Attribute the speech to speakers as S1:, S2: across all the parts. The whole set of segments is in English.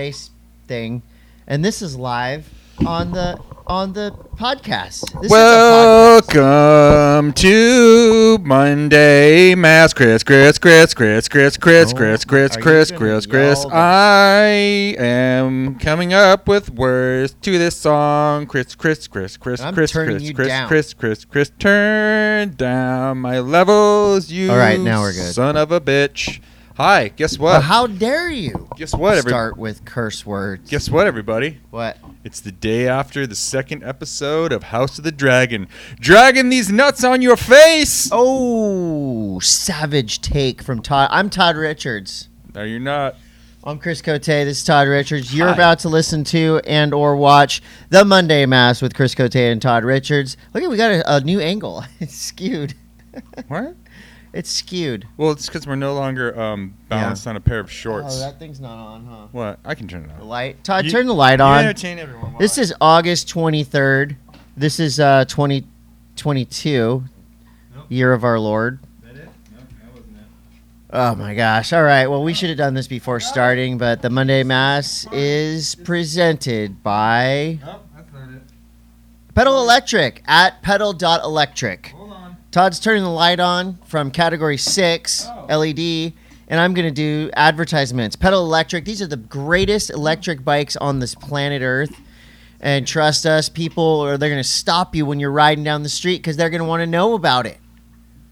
S1: face thing, and this is live on the on the podcast. This is a podcast.
S2: Welcome to Monday Mass. Chris, Chris, Chris, Chris, Chris, Chris,
S1: Oh,
S2: Chris,
S1: are you
S2: Chris, Chris,
S1: gonna
S2: Chris,
S1: yell
S2: Chris.
S1: the-
S2: I am coming up with words to this song. Chris, Chris, Chris, Chris,
S1: I'm
S2: Chris,
S1: turning
S2: Chris,
S1: you
S2: Chris,
S1: down.
S2: Chris, Chris, Chris. Turn down my levels, you.
S1: All right, now we're good.
S2: Son of a bitch. Hi. Guess
S1: Well,
S2: what?
S1: how dare you
S2: Guess what? every-
S1: start with curse words?
S2: Guess what, everybody?
S1: what?
S2: It's the day after the second episode of House of the Dragon. Dragon these nuts on your face!
S1: Oh, savage take from Todd. I'm Todd Richards.
S2: No, you're not.
S1: I'm Chris Cote. This is Todd Richards. You're
S2: Hi.
S1: about to listen to and or watch the Monday Mass with Chris Cote and Todd Richards. Look at we got a, a new angle. It's skewed.
S2: What?
S1: It's skewed.
S2: Well, it's because we're no longer um, balanced on a pair of shorts.
S1: Oh, that thing's not on, huh?
S2: what? I can turn it
S1: The
S2: on.
S1: light. Todd,
S2: You-
S1: turn the light
S2: You
S1: on.
S2: entertain everyone. while
S1: This
S2: I-
S1: is August 23rd. This is uh 2022
S2: Nope.
S1: year of our Lord. Oh my gosh. All right. Well, we should have done this before starting, but the Monday Mass is presented by
S2: Nope, that's not it.
S1: Pedal Electric at pedal.electric.
S2: Hold on.
S1: Todd's turning the light on from category six
S2: Oh.
S1: LED, and I'm going to do advertisements. Pedal Electric, these are the greatest electric bikes on this planet Earth. And trust us, people, or they're going to stop you when you're riding down the street because they're going to want to know about it.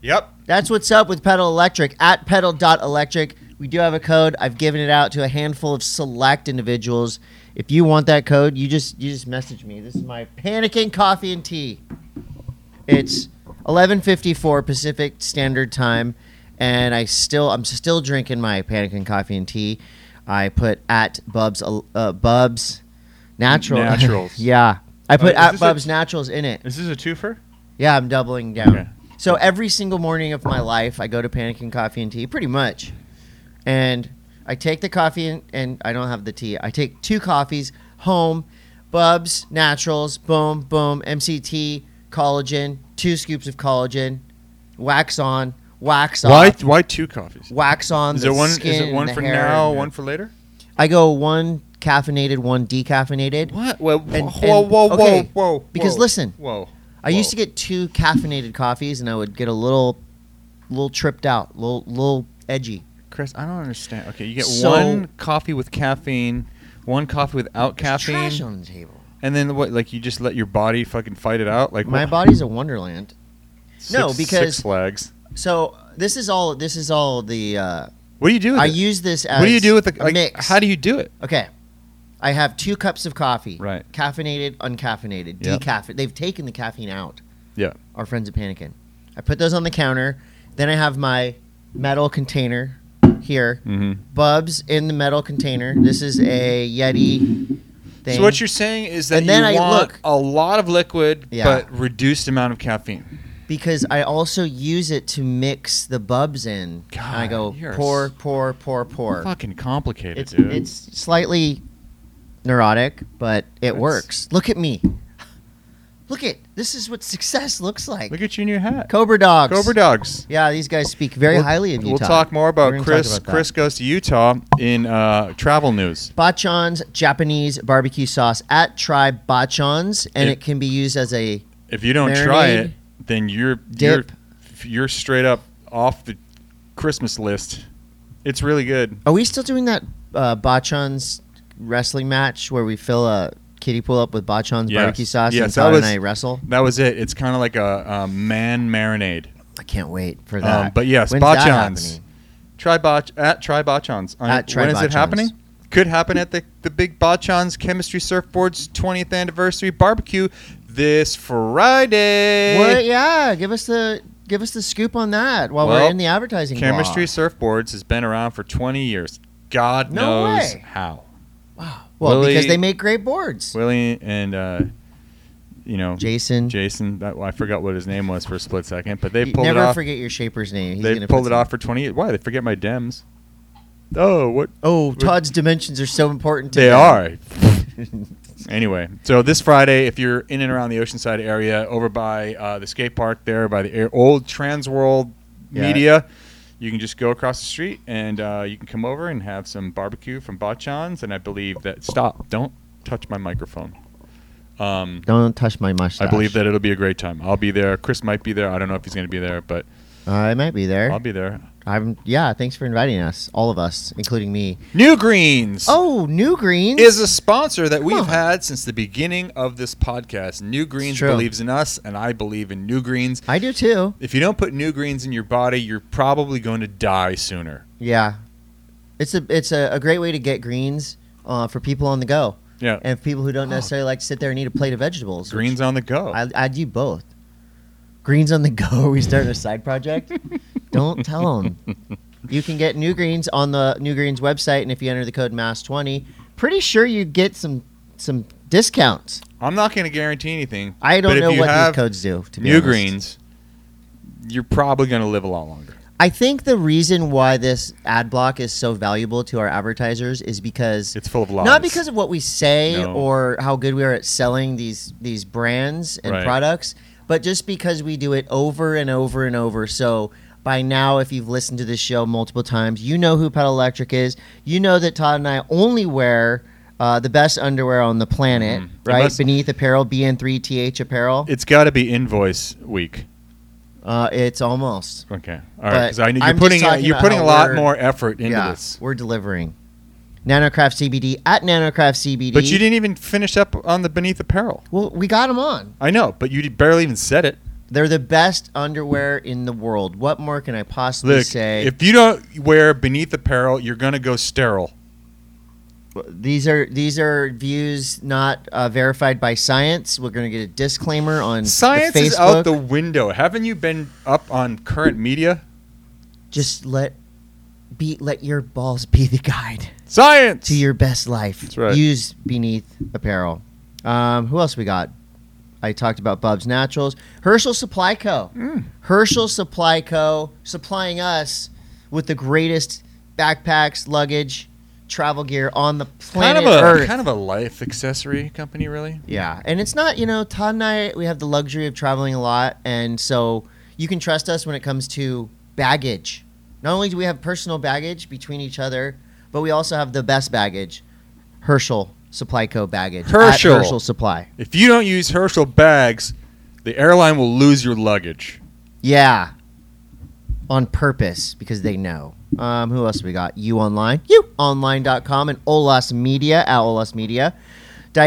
S2: Yep.
S1: That's what's up with Pedal Electric at pedal.electric. We do have a code. I've given it out to a handful of select individuals. If you want that code, you just you just message me. This is my panicking coffee and tea. It's 11:54 Pacific Standard Time and I still I'm still drinking my panicking coffee and tea. I put at Bubs uh, Bubs Natural.
S2: Naturals. Oh,
S1: yeah. I put
S2: is
S1: at
S2: this a-
S1: Bubs Naturals in it.
S2: Is this a twofer?
S1: Yeah, I'm doubling down.
S2: Okay.
S1: So every single morning of my life, I go to Panic and Coffee and Tea, pretty much. And I take the coffee and, and I don't have the tea. I take two coffees home, Bubs, Naturals, boom, boom, MCT, collagen, two scoops of collagen, wax on, wax off,
S2: Why? Why two coffees?
S1: wax on.
S2: Is
S1: the
S2: it one? Is
S1: Skin
S2: it one
S1: and the
S2: for
S1: hair.
S2: now? One for later?
S1: I go one caffeinated, one decaffeinated.
S2: What? Well,
S1: And-
S2: whoa,
S1: and-
S2: whoa,
S1: okay,
S2: whoa, whoa!
S1: because
S2: whoa,
S1: listen,
S2: Whoa.
S1: I used
S2: Whoa.
S1: to get two caffeinated coffees, and I would get a little, little tripped out, little, little edgy.
S2: Chris, I don't understand. Okay, you get
S1: So-
S2: one coffee with caffeine, one coffee without
S1: There's trash
S2: caffeine,
S1: on the table.
S2: and then what? Like you just let your body fucking fight it out? Like
S1: My
S2: wha-
S1: body's a wonderland.
S2: Six,
S1: no, because-
S2: Six Flags.
S1: So this is all. This is all the. Uh,
S2: What do you do? With
S1: I
S2: it?
S1: use this as.
S2: what do you do with the
S1: a
S2: like,
S1: mix?
S2: How do you do it?
S1: okay, I have two cups of coffee.
S2: Right.
S1: Caffeinated, uncaffeinated,
S2: Yep.
S1: decaffe. They've taken the caffeine out.
S2: Yeah.
S1: Our friends at Panikin. I put those on the counter. Then I have my metal container here.
S2: Mm-hmm.
S1: Bubs in the metal container. This is a Yeti thing.
S2: So what you're saying is that
S1: And then
S2: you
S1: I
S2: want
S1: look-
S2: a lot of liquid,
S1: Yeah.
S2: but reduced amount of caffeine.
S1: because I also use it to mix the bubs in.
S2: God,
S1: and I go
S2: you're
S1: pour,
S2: s-
S1: pour, pour, pour.
S2: Fucking complicated,
S1: It's
S2: dude.
S1: it's slightly neurotic, but it
S2: That's-
S1: works. Look at me. Look at this is what success looks like.
S2: look at your new hat.
S1: Cobra dogs.
S2: Cobra dogs.
S1: Yeah, these guys speak very
S2: We'll-
S1: highly of Utah.
S2: We'll talk more
S1: We're
S2: about
S1: gonna talk
S2: Chris.
S1: about that.
S2: Chris goes to Utah in uh, travel news.
S1: Bachan's Japanese barbecue sauce at Tribe Bachan's, and
S2: It-
S1: it can be used as a
S2: If you don't try
S1: Marinade,
S2: it, then you're
S1: dip.
S2: you're you're straight up off the Christmas list. It's really good.
S1: Are we still doing that uh, Bachan's wrestling match where we fill a kiddie pool up with Bachan's
S2: Yes.
S1: barbecue sauce
S2: Yes,
S1: and
S2: that
S1: Todd
S2: was-
S1: and I wrestle?
S2: That was it. It's kind of like a, a man marinade.
S1: I can't wait for that.
S2: Um, but yes,
S1: When's that
S2: Bachan's.
S1: happening?
S2: Try bach at try Bachans. On-
S1: At Try
S2: when is it
S1: Bachans.
S2: happening? Could happen at the the big Bachans Chemistry Surfboards 20th anniversary barbecue this Friday.
S1: What? Yeah, give us the give us the scoop on that while
S2: Well,
S1: we're in the advertising.
S2: Chemistry
S1: block.
S2: Surfboards has been around for 20 years. God
S1: No
S2: knows
S1: way.
S2: how.
S1: Well,
S2: Willie-
S1: because they make great boards.
S2: Willie and uh, you know
S1: Jason,
S2: Jason. That, I forgot what his name was for a split second, but they
S1: you
S2: pulled it
S1: never
S2: off.
S1: forget your shaper's name. He's
S2: They
S1: gonna
S2: pulled
S1: put
S2: it off for 20. Why they forget my Dems? Oh, what
S1: some- Oh, Todd's dimensions are so important. To
S2: they
S1: them.
S2: are. anyway, so this Friday, if you're in and around the Oceanside area, over by uh, the skate park there, by the air, old Transworld
S1: Yeah.
S2: Media, you can just go across the street and uh, you can come over and have some barbecue from Bachan's. And I believe that stop, don't touch my microphone. Um,
S1: Don't touch my mustache.
S2: I believe that it'll be a great time. I'll be there. Chris might be there. I don't know if he's going to be there, but
S1: I Uh, might be
S2: I'll
S1: there.
S2: be there.
S1: I'm. Yeah. Thanks for inviting us, all of us, including me.
S2: New Greens.
S1: Oh, New Greens
S2: is a sponsor that we've
S1: Huh.
S2: had since the beginning of this podcast. New Greens
S1: true.
S2: believes in us, and I believe in New Greens.
S1: I do too.
S2: If you don't put New Greens in your body, you're probably going to die sooner.
S1: Yeah. It's a it's a, a great way to get greens uh, for people on the go
S2: Yeah,
S1: and people who don't
S2: Oh.
S1: necessarily like to sit there and eat a plate of vegetables. which
S2: greens on the go.
S1: I, I do both. Greens on the go. Are we starting a side project? Don't tell them. You can get New Greens on the New Greens website, and if you enter the code MASS20, pretty sure you get some some discounts.
S2: I'm not going to guarantee anything.
S1: I don't
S2: But if
S1: know
S2: you
S1: what
S2: have
S1: these codes do. To be
S2: New
S1: honest.
S2: Greens, you're probably going to live a lot longer.
S1: I think the reason why this ad block is so valuable to our advertisers is because
S2: It's full of lies.
S1: not because of what we say
S2: No.
S1: or how good we are at selling these these brands and
S2: Right.
S1: products, but just because we do it over and over and over. So by now, if you've listened to this show multiple times, you know who Pedal Electric is. You know that Todd and I only wear. Uh, the best underwear on the planet,
S2: Mhm.
S1: right?
S2: Unless-
S1: Beneath apparel, BN3TH apparel.
S2: it's got to be invoice week.
S1: uh, it's almost.
S2: Okay, all right.
S1: But
S2: 'cause I
S1: I'm
S2: know you're
S1: just
S2: putting uh,
S1: talking
S2: you're
S1: about
S2: putting a
S1: how
S2: lot
S1: we're-
S2: more effort into
S1: yeah,
S2: this.
S1: we're delivering. Nanocraft CBD at Nanocraft CBD.
S2: But you didn't even finish up on the beneath apparel.
S1: Well, we got them on.
S2: I know, but you barely even said it.
S1: They're the best underwear in the world. What more can I possibly
S2: Look,
S1: say?
S2: if you don't wear beneath apparel, you're gonna go sterile.
S1: these are these are views not uh, verified by science. We're gonna get a disclaimer on the
S2: Science
S1: Facebook.
S2: is out the window. Haven't you been up on current media?
S1: Just let be let your balls be the guide
S2: Science.
S1: to your best life.
S2: That's right.
S1: Use beneath apparel. Um, who else we got? I talked about Bub's Naturals, Herschel Supply Co. Herschel Supply Co. supplying us with the greatest backpacks, luggage, travel gear on the
S2: kind
S1: planet
S2: of a
S1: Earth.
S2: kind of a life accessory company, really.
S1: Yeah, and it's not you know Todd and I we have the luxury of traveling a lot, and so you can trust us when it comes to baggage. Not only do we have personal baggage between each other, but we also have the best baggage, Herschel Supply Co. baggage. at
S2: Herschel.
S1: Herschel Supply.
S2: If you don't use Herschel bags, the airline will lose your luggage.
S1: Yeah, on purpose because they know. Um, who else we got? You Online, you online.com, and Olas Media at Olas Media.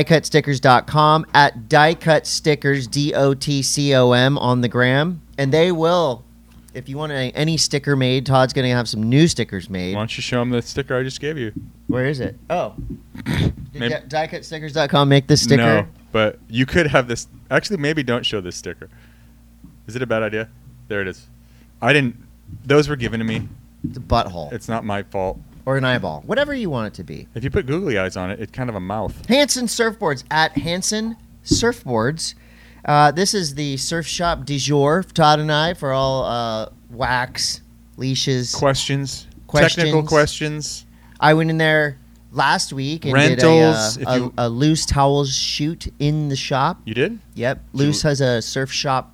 S1: diecutstickers.com at diecutstickers d-o-t-c-o-m on the gram and they will if you want any, any sticker made todd's gonna have some new stickers
S2: Why
S1: made
S2: don't you show them the sticker I just gave you?
S1: where is it oh did
S2: Maybe-
S1: di- diecutstickers.com make this sticker
S2: No, but you could have this. Actually, maybe don't show this sticker. Is it a bad idea? There it is. I didn't. Those were given to me.
S1: it's a butthole
S2: It's not my fault.
S1: or an eyeball whatever you want it to be
S2: If you put googly eyes on it, it's kind of a mouth.
S1: Hanson Surfboards at Hanson Surfboards. Uh, this is the surf shop du jour, for Todd and I, for all uh, wax, leashes.
S2: Questions, technical
S1: Questions.
S2: questions.
S1: I went in there last week and
S2: Rentals,
S1: did
S2: if
S1: a, uh, a,
S2: you-
S1: a loose towels shoot in the shop.
S2: You did?
S1: Yep, loose
S2: you-
S1: has a surf shop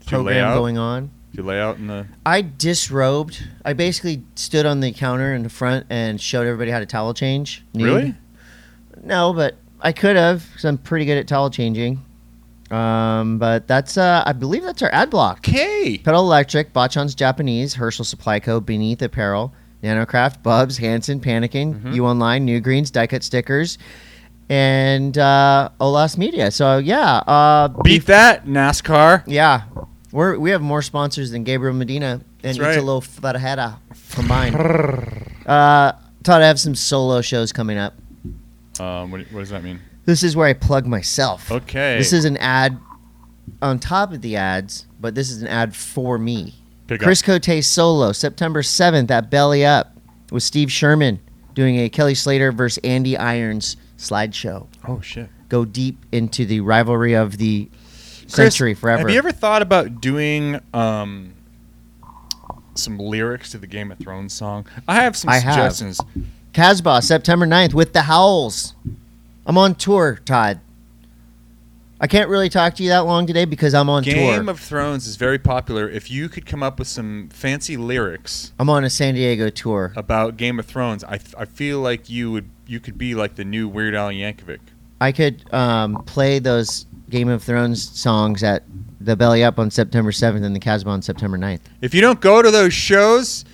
S2: Did you lay
S1: program
S2: out?
S1: going on.
S2: Did you lay out in the?
S1: I disrobed. I basically stood on the counter in the front and showed everybody how to towel change. Nude.
S2: Really?
S1: No, but I could have because I'm pretty good at towel changing. Um, but that's uh, I believe that's our ad block.
S2: Okay.
S1: Pedal Electric, Bachan's Japanese, Herschel Supply Co, Beneath Apparel, Nanocraft, Bubs, Hanson, Panikin,
S2: Mm-hmm.
S1: You Online, New Greens, Diecut Stickers, and uh, Olas Media. So yeah, uh,
S2: Beat that NASCAR.
S1: yeah, we're we have more sponsors than Gabriel Medina and
S2: That's right.
S1: Italo Ferreira combined. uh, Todd, I have some solo shows coming up.
S2: Um, what, what does that mean?
S1: This is where I plug myself.
S2: Okay.
S1: This is an ad on top of the ads, but this is an ad for me.
S2: Pick
S1: Chris Cote solo, September 7th at Belly Up with Steve Sherman doing a Kelly Slater versus Andy Irons slideshow.
S2: up. Oh shit.
S1: Go deep into the rivalry of the
S2: Chris,
S1: century forever.
S2: Have you ever thought about doing um, some lyrics to the Game of Thrones song? I have some
S1: I have.
S2: suggestions.
S1: Casbah, September 9th with the Howls. I'm on tour, Todd. I I can't really talk to you that long today because I'm on
S2: Game
S1: tour.
S2: of Thrones is very popular. If you could come up with some fancy lyrics
S1: I'm on a San Diego tour.
S2: about Game of Thrones, I, I feel like you would you could be like the new Weird Al Yankovic.
S1: I could um, play those Game of Thrones songs at the Belly Up on September 7th and the Casbah on September 9th.
S2: If you don't go to those shows,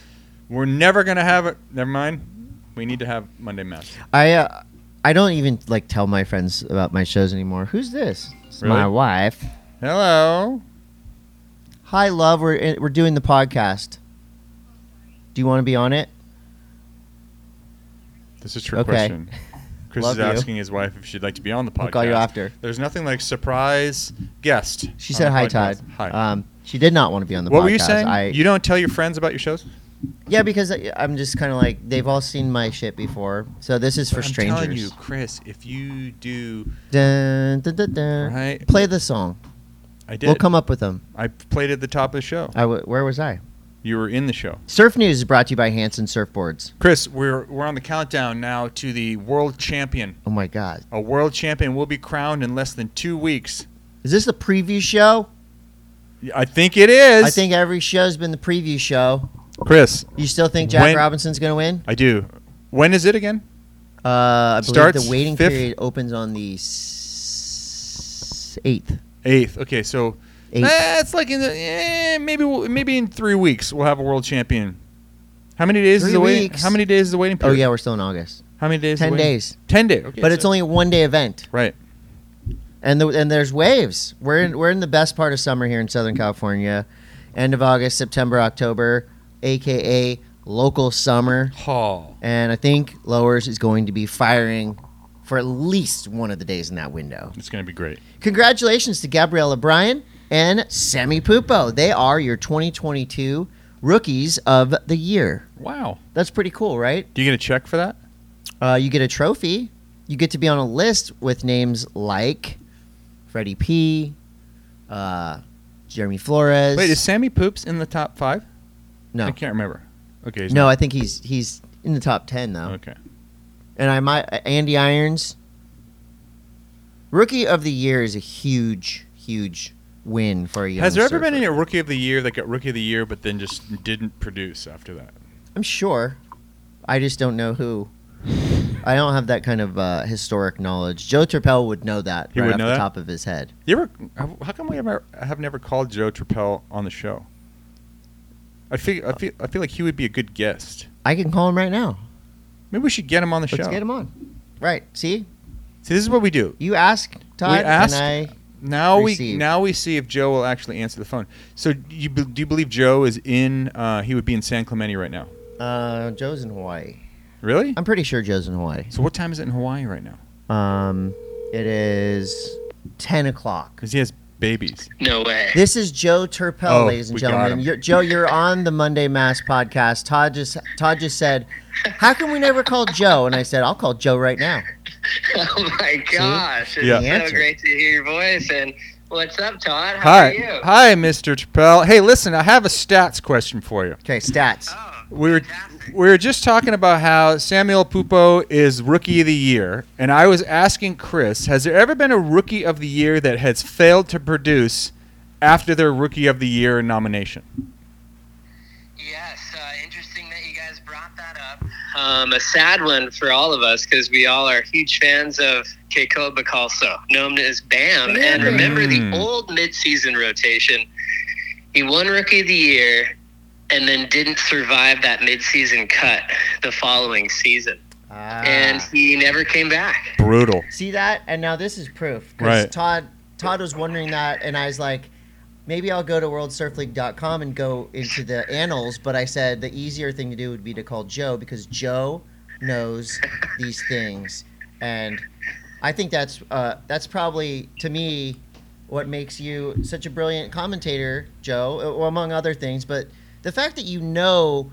S2: we're never gonna have it. Never mind. We need to have Monday Mass.
S1: I uh, I don't even like tell my friends about my shows anymore. Who's this? It's
S2: Really?
S1: my wife.
S2: Hello.
S1: Hi, love. We're in, we're doing the podcast. Do you want to be on it?
S2: This is a trick
S1: Okay.
S2: question. Chris
S1: Love
S2: is
S1: you.
S2: asking his wife if she'd like to be on the podcast.
S1: I'll call you after.
S2: There's nothing like surprise guest.
S1: She
S2: on
S1: said
S2: the
S1: hi, Todd.
S2: podcast. Hi.
S1: Um, she did not want to be on the
S2: what
S1: podcast.
S2: were you saying?
S1: I,
S2: you don't tell your friends about your shows?
S1: yeah, because I, I'm just kind of like they've all seen my shit before, so this is for
S2: I'm
S1: strangers.
S2: telling you, Chris, if you do,
S1: Dun, dun, dun, dun.
S2: Right.
S1: Uh, Play the song.
S2: I did.
S1: We'll come up with them.
S2: I played at the top of the show.
S1: I w- where was I?
S2: You were in the show.
S1: Surf News is brought to you by Hanson Surfboards.
S2: Chris, we're we're on the countdown now to the world champion.
S1: Oh my God,
S2: A world champion will be crowned in less than two weeks.
S1: is this the preview show?
S2: I think it is.
S1: I think every show's been the preview show.
S2: Chris,
S1: You still think Jack
S2: When-
S1: Robinson's going to win?
S2: I do. When is it again?
S1: Uh, I believe
S2: Starts
S1: the waiting
S2: fifth-
S1: period opens on the s- eighth.
S2: Eighth. Okay, so
S1: Eighth.
S2: Eh, it's like in the, eh, maybe we'll, maybe in three weeks we'll have a world champion. How many days
S1: Three
S2: is the waiting?
S1: weeks?
S2: How many days is the waiting
S1: oh
S2: period?
S1: yeah, we're still in August.
S2: How many days? is the
S1: Ten
S2: waiting-
S1: days,
S2: Ten days. Okay,
S1: but
S2: so-
S1: it's only a one day event,
S2: right.
S1: and the, and there's waves. We're in we're in the best part of summer here in Southern California, end of August, September, October, aka local summer.
S2: Hall.
S1: And I think Lowers is going to be firing for at least one of the days in that window.
S2: It's gonna be great.
S1: Congratulations to Gabriella Bryan and Sammy Pupo. They are your 2022 rookies of the year.
S2: Wow.
S1: That's pretty cool, right?
S2: Do you get a check for that?
S1: Uh, you get a trophy. You get to be on a list with names like Freddie P, uh, Jeremy Flores.
S2: Wait, is Sammy Poops in the top five? I
S1: no,
S2: can't remember. Okay. he's
S1: no,
S2: not.
S1: I think he's he's in the top ten though.
S2: okay.
S1: and I might uh, Andy Irons. Rookie of the year is a huge, huge win for you.
S2: Has there ever been any rookie of the year that got rookie of the year but then just didn't produce after that?
S1: I'm sure. I just don't know who. I don't have that kind of uh, historic knowledge. Joe Turpel would know that
S2: He
S1: right
S2: would
S1: off
S2: know
S1: the
S2: that?
S1: top of his head.
S2: You ever? How how come we ever have never called Joe Trappell on the show? I feel I feel I feel like he would be a good guest.
S1: I can call him right now.
S2: Maybe we should get him on the
S1: Let's
S2: show.
S1: get him on. Right. See,
S2: See, this is what we do.
S1: you ask Todd,
S2: asked-
S1: and I.
S2: Now we
S1: Receive.
S2: now we see if Joe will actually answer the phone. So you be- do you believe Joe is in? Uh, he would be in San Clemente right now.
S1: Uh, Joe's in Hawaii.
S2: Really?
S1: I'm pretty sure Joe's in Hawaii.
S2: So what time is it in Hawaii right now?
S1: Um, it is ten o'clock.
S2: Because he has babies.
S3: No way.
S1: This is Joe Turpel,
S2: Oh,
S1: ladies and
S2: we got him.
S1: gentlemen. You're, Joe, you're on the Monday Mass podcast. Todd just Todd just said, "How can we never call Joe?" And I said, "I'll call Joe right now."
S3: Oh my gosh. It's
S2: Yeah.
S1: The
S3: so
S1: answer.
S3: great to hear your voice. And what's up, Todd? How are you?
S2: Hi, hi, Mr. Trappell. Hey, listen, I have a stats question for you.
S1: Okay, stats.
S3: Oh,
S2: We were
S3: fantastic.
S2: we were just talking about how Samuel Pupo is rookie of the year, and I was asking Chris, has there ever been a rookie of the year that has failed to produce after their rookie of the year nomination?
S3: Yes, uh, interesting that you guys brought that up. Um, a sad one for all of us because we all are huge fans of Keiko Bacalso, known as BAM. And remember the
S2: Mm.
S3: old midseason rotation. He won Rookie of the Year and then didn't survive that midseason cut the following season.
S1: Ah.
S3: And he never came back.
S2: Brutal.
S1: see that, and now this is proof. 'cause
S2: Right.
S1: Todd Todd was wondering that, and I was like, maybe I'll go to WorldSurfLeague.com and go into the annals. But I said the easier thing to do would be to call Joe because Joe knows these things, and I think that's uh, that's probably to me what makes you such a brilliant commentator, Joe, uh, well, among other things. But the fact that you know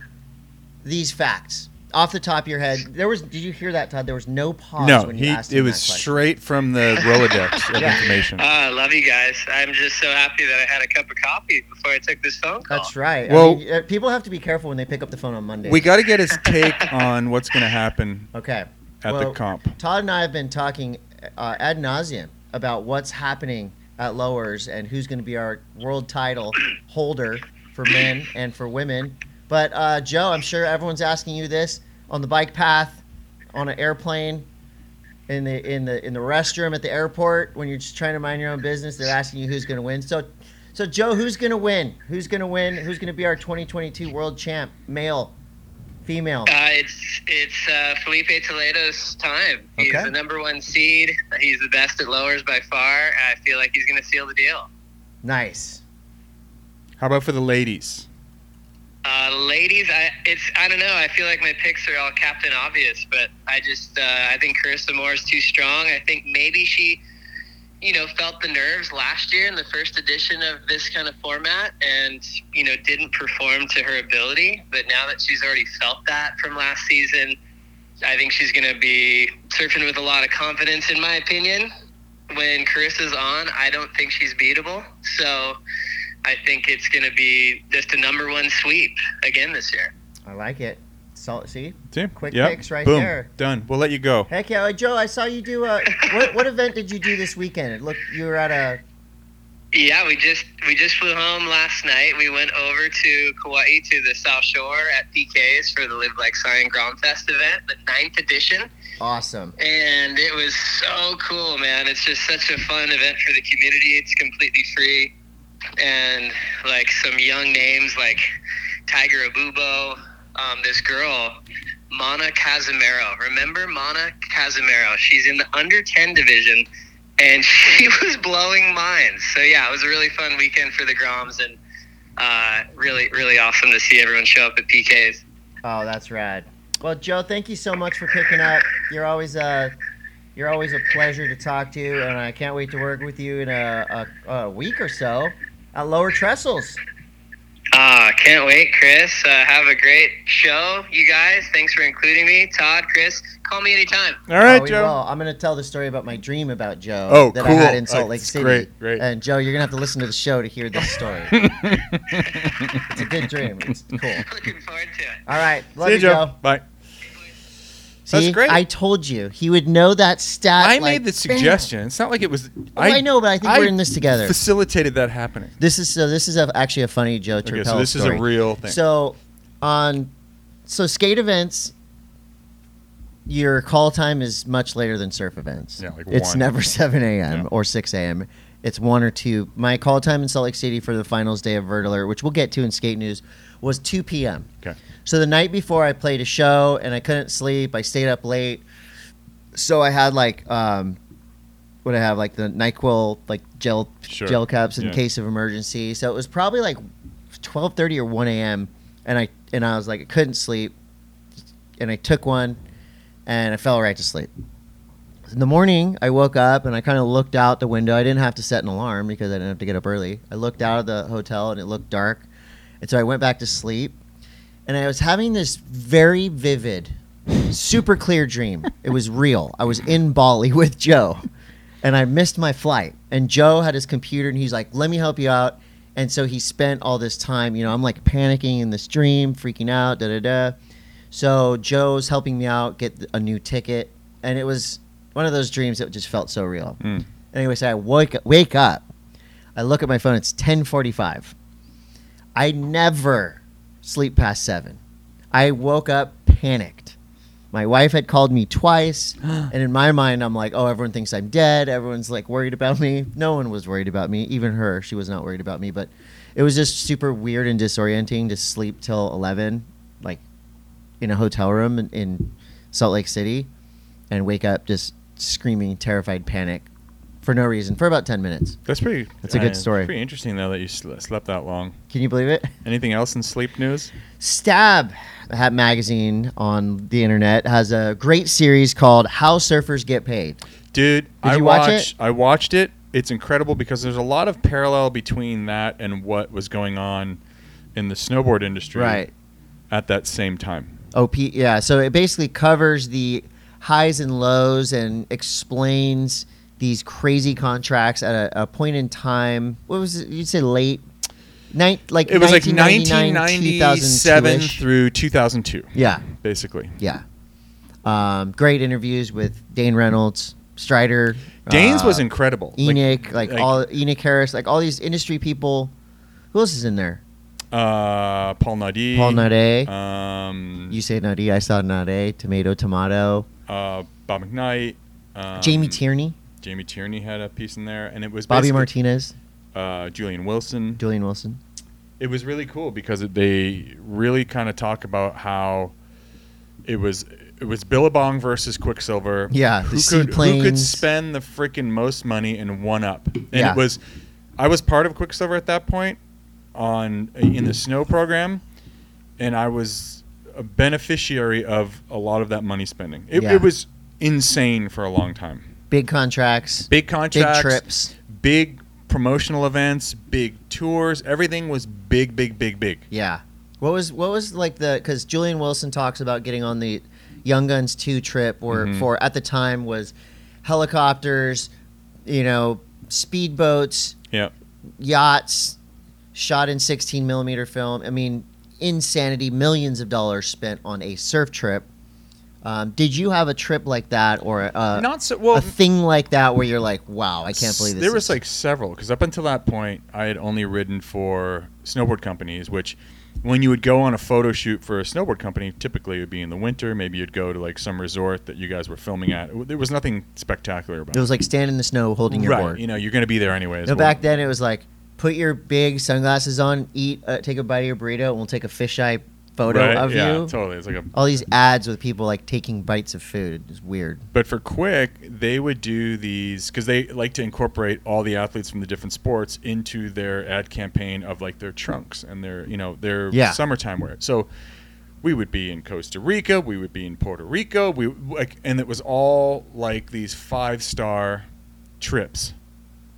S1: these facts off the top of your head, there was. Did you hear that, Todd? There was no pause.
S2: No,
S1: when you
S2: he
S1: asked him
S2: it was
S1: that question.
S2: straight from the Rolodex of
S1: Yeah.
S2: information.
S3: Ah, I love you guys. I'm just so happy that I had a cup of coffee before I took this phone call.
S1: That's right.
S2: Well-
S1: I mean, uh, people have to be careful when they pick up the phone on Monday.
S2: We got to get his take on what's going to happen
S1: okay.
S2: at the
S1: Well,
S2: comp.
S1: Todd and I have been talking uh, ad nauseum about what's happening at lowers and who's going to be our world title holder for men and for women. But uh, Joe, I'm sure everyone's asking you this on the bike path, on an airplane, in the in the in the restroom at the airport when you're just trying to mind your own business. They're asking you who's going to win. So, so Joe, who's going to win? Who's going to win? Who's going to be our 2022 world champ? Male, female.
S3: Uh, it's it's uh, Felipe Toledo's time. He's
S1: Okay.
S3: the number one seed. He's the best at lowers by far. I feel like he's going to seal the deal.
S1: Nice.
S2: How about for the ladies?
S3: Uh, ladies, I it's I don't know. I feel like my picks are all Captain Obvious, but I just uh, I think Carissa Moore is too strong. I think maybe she, you know, felt the nerves last year in the first edition of this kind of format, and you know didn't perform to her ability. But now that she's already felt that from last season, I think she's going to be surfing with a lot of confidence, in my opinion. When Carissa's on, I don't think she's beatable. So I think it's going to be just a number one sweep again this year.
S1: I like it. So, see,
S2: See?
S1: Quick
S2: Yep.
S1: picks right
S2: Boom.
S1: there.
S2: Done. We'll let you go.
S1: heck yeah, Joe! I saw you do a what, what event did you do this weekend? It looked you were at a
S3: Yeah, we just we just flew home last night. We went over to Kauai to the South Shore at PK's for the Live Like Cyan Grand Fest event, the ninth edition.
S1: awesome.
S3: and it was so cool, man. It's just such a fun event for the community. It's completely free, and like some young names like Tiger Abubo, um, this girl Mana Casimiro. Remember Mana Casimiro? She's in the under ten division, and she was blowing minds. So yeah, it was a really fun weekend for the Groms, and uh, really, really awesome to see everyone show up at PK's.
S1: Oh, that's rad. Well, Joe, thank you so much for picking up. You're always a you're always a pleasure to talk to, and I can't wait to work with you in a, a, a week or so at Lower Trestles.
S3: Ah, can't wait, Chris. Uh, have a great show, you guys. Thanks for including me, Todd, Chris. Call me anytime.
S2: All right,
S1: Oh, we
S2: Joe.
S1: will. I'm gonna tell the story about my dream about Joe
S2: Oh,
S1: that
S2: cool.
S1: I had in Salt
S2: Oh,
S1: Lake
S2: it's
S1: City.
S2: great, great.
S1: And Joe, you're gonna have to listen to the show to hear this story. it's a good dream. It's cool.
S3: Looking forward to it.
S1: All right, love
S2: See you,
S1: you, Joe.
S2: Joe. Bye.
S1: See,
S2: That's great.
S1: I told you he would know that stat.
S2: I
S1: like,
S2: made the
S1: bam.
S2: suggestion. It's not like it was.
S1: Oh, I, know, but I think
S2: I
S1: we're in this together.
S2: facilitated that happening.
S1: This is so. This is a, actually a funny Joe Turpel
S2: Okay, so this
S1: story.
S2: is a real thing.
S1: So, on so skate events, your call time is much later than surf events.
S2: Yeah, like
S1: it's
S2: one.
S1: never seven a.m.
S2: Yeah.
S1: or six a.m. It's one or two. My call time in Salt Lake City for the finals day of Vertler, which we'll get to in skate news, was two p.m.
S2: okay.
S1: So the night before I played a show and I couldn't sleep. I stayed up late. So I had like um what I have like the NyQuil like gel
S2: Sure.
S1: gel cups in
S2: Yeah.
S1: case of emergency. So it was probably like 12:30 or 1 a.m. and I and I was like I couldn't sleep and I took one and I fell right to sleep. In the morning, I woke up and I kind of looked out the window. I didn't have to set an alarm because I didn't have to get up early. I looked out of the hotel and it looked dark. And so I went back to sleep and I was having this very vivid, super clear dream. It was real. I was in Bali with Joe and I missed my flight. And Joe had his computer and he's like, let me help you out. And so he spent all this time, you know, I'm like panicking in this dream, freaking out, da da da. So Joe's helping me out get a new ticket, and it was one of those dreams that just felt so real. Anyway, so I wake wake up, I look at my phone. It's ten forty five. I never sleep past seven. I woke up panicked. My wife had called me twice, and in my mind, I'm like, oh, everyone thinks I'm dead. Everyone's like worried about me. No one was worried about me, even her. She was not worried about me, but it was just super weird and disorienting to sleep till 11, like in a hotel room in, in Salt Lake City, and wake up just screaming, terrified panic for no reason for about 10 minutes.
S2: That's pretty.
S1: That's a good
S2: uh,
S1: story.
S2: Pretty interesting though that you sl- slept that long.
S1: Can you believe it?
S2: Anything else in sleep news?
S1: Stab Hat Magazine on the internet has a great series called How Surfers Get Paid.
S2: Dude, I
S1: you watch
S2: watch- I watched it. It's incredible because there's a lot of parallel between that and what was going on in the snowboard industry
S1: Right.
S2: at that same time.
S1: OP, yeah. So it basically covers the highs and lows and explains these crazy contracts at a, a point in time. What was it? You'd say late, nine, like
S2: It was like
S1: 1999,
S2: 1997
S1: 2002-ish.
S2: through 2002,
S1: Yeah,
S2: basically.
S1: yeah. Um, great interviews with Dane Reynolds, Strider.
S2: Danes
S1: uh,
S2: was incredible. Like,
S1: Enoch, like,
S2: like-
S1: all Enoch Harris, like all these industry people. Who else is in there?
S2: uh, Paul Nadi.
S1: Paul Nade.
S2: Um,
S1: you say Nade. I saw Nade. Tomato, tomato.
S2: uh, Bob McKnight. Um,
S1: Jamie Tierney,
S2: Jamie Tierney had a piece in there, and it was
S1: Bobby
S2: basically,
S1: Martinez,
S2: uh, Julian Wilson.
S1: Julian Wilson.
S2: It was really cool because it, they really kind of talk about how it was it was Billabong versus Quicksilver.
S1: Yeah, the
S2: who could who could
S1: seaplanes.
S2: spend the freaking most money in one up? And
S1: Yeah.
S2: it was I was part of Quicksilver at that point on uh, in the snow program, and I was a beneficiary of a lot of that money spending. It,
S1: Yeah.
S2: it was insane for a long time.
S1: Big contracts,
S2: Big
S1: big
S2: contracts,
S1: trips.
S2: big promotional events, big tours. Everything was big, big, big, big.
S1: Yeah. What was what was like the because Julian Wilson talks about getting on the Young Guns two trip where
S2: Mm-hmm.
S1: for at the time was helicopters, you know, speedboats,
S2: Yeah,
S1: yachts, shot in sixteen millimeter film. I mean, insanity! Millions of dollars spent on a surf trip. Um, did you have a trip like that or a, a,
S2: not so well.
S1: a thing like that where you're like, wow, Uh, I can't believe this?
S2: There was
S1: is-
S2: like several because up until that point, I had only ridden for snowboard companies, which. When you would go on a photo shoot for a snowboard company, typically it would be in the winter. Maybe you'd go to like some resort that you guys were filming at. There was nothing spectacular about
S1: it was like stand in the snow holding your
S2: right.
S1: board.
S2: You know, you're going to be there anyways.
S1: No,
S2: Well,
S1: back then it was like put your big sunglasses on, eat, uh, take a bite of your burrito, and we'll take a fisheye photo
S2: right,
S1: of
S2: yeah,
S1: you.
S2: totally. It's like a
S1: All these ads with people like taking bites of food It's weird.
S2: But for quick, they would do these because they like to incorporate all the athletes from the different sports into their ad campaign of like their trunks and their you know their
S1: Yeah.
S2: summertime wear. So we would be in Costa Rica, we would be in Puerto Rico, we like, and it was all like these five star trips.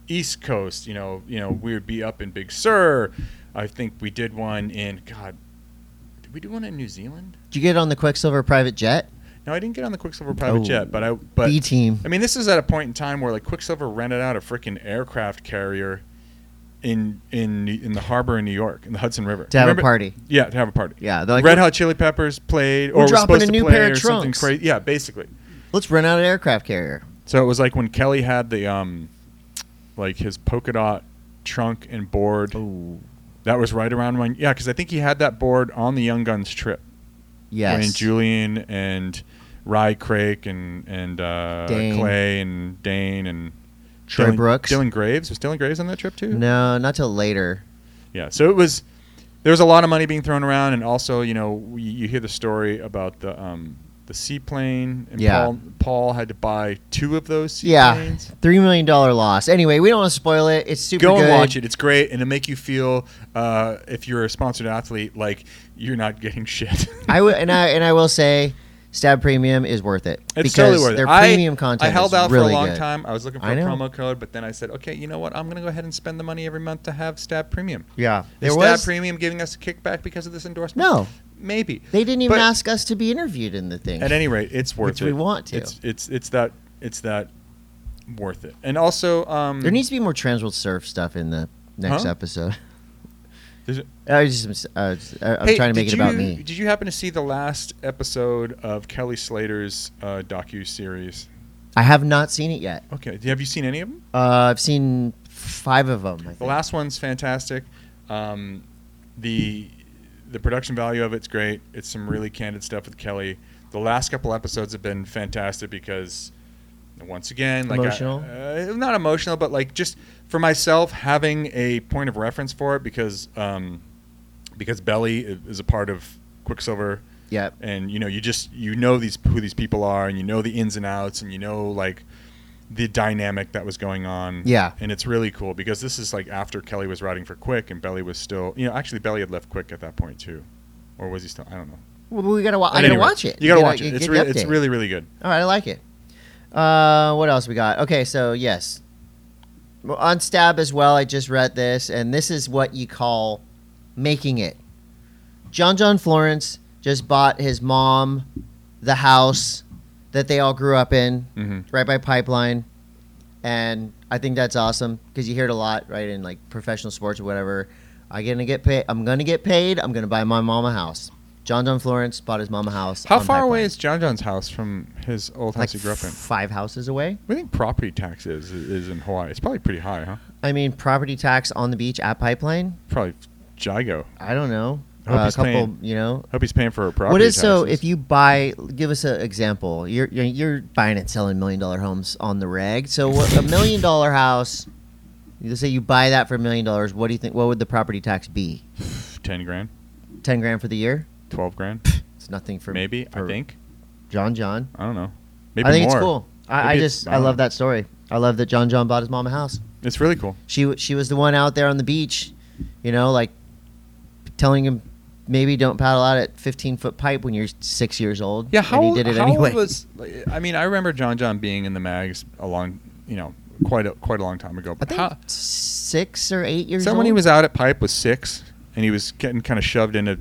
S2: East Coast, you know, you know, we would be up in Big Sur. I think we did one in God. Did we do one in New Zealand?
S1: Did you get on the Quicksilver private jet?
S2: No, I didn't get on the Quicksilver private
S1: Oh.
S2: jet, but I but
S1: B team.
S2: I mean, this is at a point in time where like Quicksilver rented out a freaking aircraft carrier in in in the harbor in New York in the Hudson River
S1: To have a
S2: Remember-
S1: party.
S2: Yeah, to have a party.
S1: Yeah, they're like,
S2: Red Hot Chili Peppers played, or
S1: We're
S2: were
S1: dropping
S2: supposed
S1: a
S2: to
S1: new
S2: play
S1: pair of
S2: or something
S1: trunks.
S2: crazy. Yeah, basically.
S1: let's rent out an aircraft carrier.
S2: So it was like when Kelly had the um, like his polka dot trunk and board.
S1: Oh,
S2: That was right around when yeah, because I think he had that board on the Young Guns trip. when
S1: yes.
S2: Julian and Rye Craik and and uh,
S1: Dane.
S2: Clay and Dane and
S1: Troy
S2: Dylan,
S1: Brooks.
S2: Dylan Graves was Dylan Graves on that trip too.
S1: no, not till later.
S2: Yeah, so it was. There was a lot of money being thrown around, and also you know you, you hear the story about the um, the seaplane and
S1: Yeah.
S2: Paul Paul had to buy two of those
S1: Yeah.
S2: seaplanes.
S1: Three million dollar loss. Anyway, we don't want to spoil it. It's super
S2: Go
S1: good.
S2: and watch it. It's great, and it make you feel uh, if you're a sponsored athlete like you're not getting shit.
S1: I w- and I and I will say, Stab Premium is worth it
S2: It's
S1: because
S2: totally worth
S1: their
S2: it. I-
S1: premium content.
S2: I held
S1: is
S2: out for
S1: really
S2: a long
S1: good.
S2: time. I was looking for
S1: I
S2: a
S1: know.
S2: promo code, but then I said, okay, you know what? I'm going to go ahead and spend the money every month to have Stab Premium.
S1: Yeah,
S2: Is
S1: there
S2: Stab
S1: was
S2: Premium giving us a kickback because of this endorsement?
S1: no.
S2: Maybe.
S1: They didn't even
S2: But-
S1: ask us to be interviewed in the thing.
S2: At any rate, it's worth
S1: Which
S2: it.
S1: we want to.
S2: It's it's it's that it's that worth it. And also, um,
S1: there needs to be more Transworld Surf stuff in the next
S2: Huh?
S1: episode.
S2: There's a-
S1: I was just, uh, I'm
S2: Hey,
S1: trying to make it
S2: did
S1: about
S2: you-
S1: me.
S2: Did you happen to see the last episode of Kelly Slater's uh, docu series?
S1: I have not seen it yet.
S2: Okay, have you seen any of them?
S1: Uh, I've seen five of them. I think.
S2: The last one's fantastic. Um, the the production value of it's great. It's some really candid stuff with Kelly. The last couple episodes have been fantastic because once again, like I-
S1: Emotional?
S2: uh, not emotional, but like just for myself having a point of reference for it because um, because Belly i- is a part of Quicksilver
S1: Yep.
S2: and you know you just you know these who these people are and you know the ins and outs and you know like the dynamic that was going on
S1: Yeah.
S2: and it's really cool because this is like after kelly was writing for quick and belly was still you know actually belly had left quick at that point too or was he still i don't know
S1: Well, we gotta. Wa-
S2: At
S1: I
S2: any
S1: gotta
S2: rate,
S1: watch it.
S2: you gotta
S1: Get a-
S2: watch it
S1: get
S2: it's,
S1: the
S2: re- it's
S1: update.
S2: really really good
S1: All right, I like it. Uh, what else we got? Okay, so yes, well, on Stab as well. I just read this, and this is what you call making it. John John Florence just bought his mom the house that they all grew up in,
S2: mm-hmm.
S1: right by Pipeline, and I think that's awesome because you hear it a lot, right, in like professional sports or whatever. I'm gonna get paid. I'm gonna get paid. I'm gonna buy my mom a house. John John Florence bought his mom a house.
S2: How
S1: on
S2: far away
S1: Pipeline.
S2: is John John's house from his old house
S1: like
S2: he grew up in?
S1: five houses away?
S2: We think property tax is is in Hawaii. It's probably pretty high, huh?
S1: I mean, property tax on the beach at Pipeline.
S2: Probably Jigo.
S1: I don't know.
S2: I hope
S1: Uh, a
S2: he's
S1: couple,
S2: paying
S1: you know.
S2: Hope he's paying for a property.
S1: What is so?
S2: taxes.
S1: If you buy, give us an example. You're you're, you're buying and selling million dollar homes on the reg. So what, a million dollar house. Let's say you buy that for a million dollars. What do you think? What would the property tax be?
S2: ten grand,
S1: Ten grand for the year.
S2: twelve grand,
S1: It's nothing for
S2: maybe. I
S1: for
S2: think
S1: John John.
S2: I don't know. Maybe
S1: I think
S2: more.
S1: it's cool. I, I
S2: Maybe it's-
S1: just
S2: I
S1: I
S2: don't
S1: love
S2: know.
S1: that story. I love that John John bought his mom a house.
S2: It's really cool.
S1: She w- she was the one out there on the beach, you know, like telling him maybe don't paddle out at 15 foot pipe when you're six years old.
S2: Yeah,
S1: And
S2: how
S1: he
S2: old,
S1: did it
S2: how
S1: anyway.
S2: old was? like, I mean, I remember John John being in the mags a long, you know, quite a quite a long time ago.
S1: I
S2: But
S1: think
S2: how,
S1: six or eight years. old?
S2: someone he was out at pipe was six, and he was getting kind of shoved into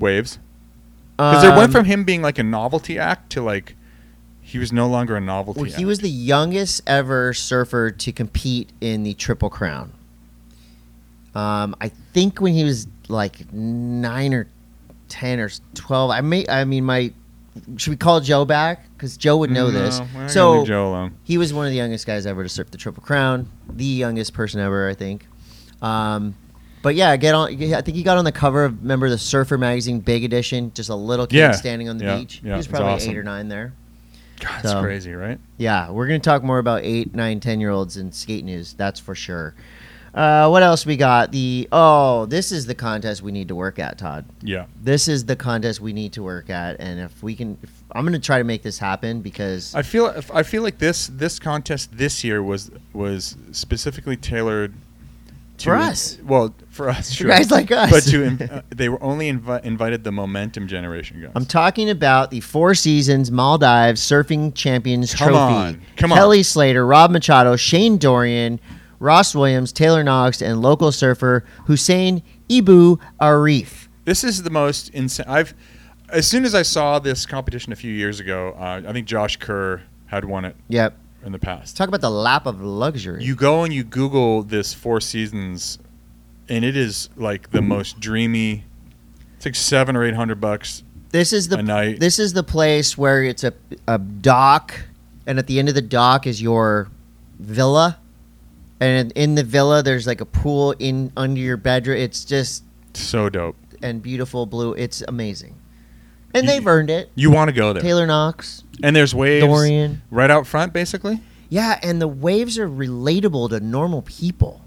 S2: waves because it went
S1: Um,
S2: from him being like a novelty act to like he was no longer a novelty.
S1: well,
S2: act.
S1: Um, he was the youngest ever surfer to compete in the Triple Crown. Um, I think when he was like nine or ten or twelve. I may. I mean, my should we call Joe back because Joe would know
S2: Mm, No,
S1: this.
S2: we're not gonna
S1: So
S2: leave Joe alone.
S1: he was one of the youngest guys ever to surf the Triple Crown, the youngest person ever, I think. Um, but yeah, get on. I think he got on the cover of remember the Surfer magazine, big edition, just a little kid
S2: Yeah,
S1: standing on the
S2: yeah,
S1: beach.
S2: yeah,
S1: he was
S2: it's
S1: probably
S2: awesome.
S1: eight or nine there.
S2: God, that's
S1: so-
S2: crazy, right?
S1: Yeah, we're gonna talk more about eight, nine, ten year olds in skate news. That's for sure. Uh, what else we got? The oh, this is the contest we need to work at, Todd.
S2: Yeah.
S1: This is the contest we need to work at, and if we can, if, I'm gonna try to make this happen because
S2: I feel I feel like this this contest this year was was specifically tailored to
S1: For us.
S2: Well, for us, sure.
S1: guys like us.
S2: But to in- uh, they were only invi- invited the momentum generation guys.
S1: I'm talking about the Four Seasons Maldives Surfing Champions
S2: Come
S1: Trophy.
S2: on. Come on.
S1: Kelly Slater, Rob Machado, Shane Dorian, Ross Williams, Taylor Knox, and local surfer Hussein Ibu Arif.
S2: this is the most insane. I've as soon as I saw this competition a few years ago, uh, I think Josh Kerr had won it
S1: Yep.
S2: in the past.
S1: Talk about the lap of luxury.
S2: You go and you Google this Four Seasons, and it is like the most dreamy. It's like seven or eight hundred bucks
S1: This is the
S2: a night.
S1: this is the place where it's a a dock, and at the end of the dock is your villa, and in the villa there's like a pool in under your bedroom. It's just
S2: So dope.
S1: and beautiful blue. It's amazing, and
S2: You-
S1: they've earned it.
S2: You want to go there.
S1: Taylor Knox,
S2: And there's waves
S1: Dorian,
S2: right out front, basically.
S1: yeah, and the waves are relatable to normal people.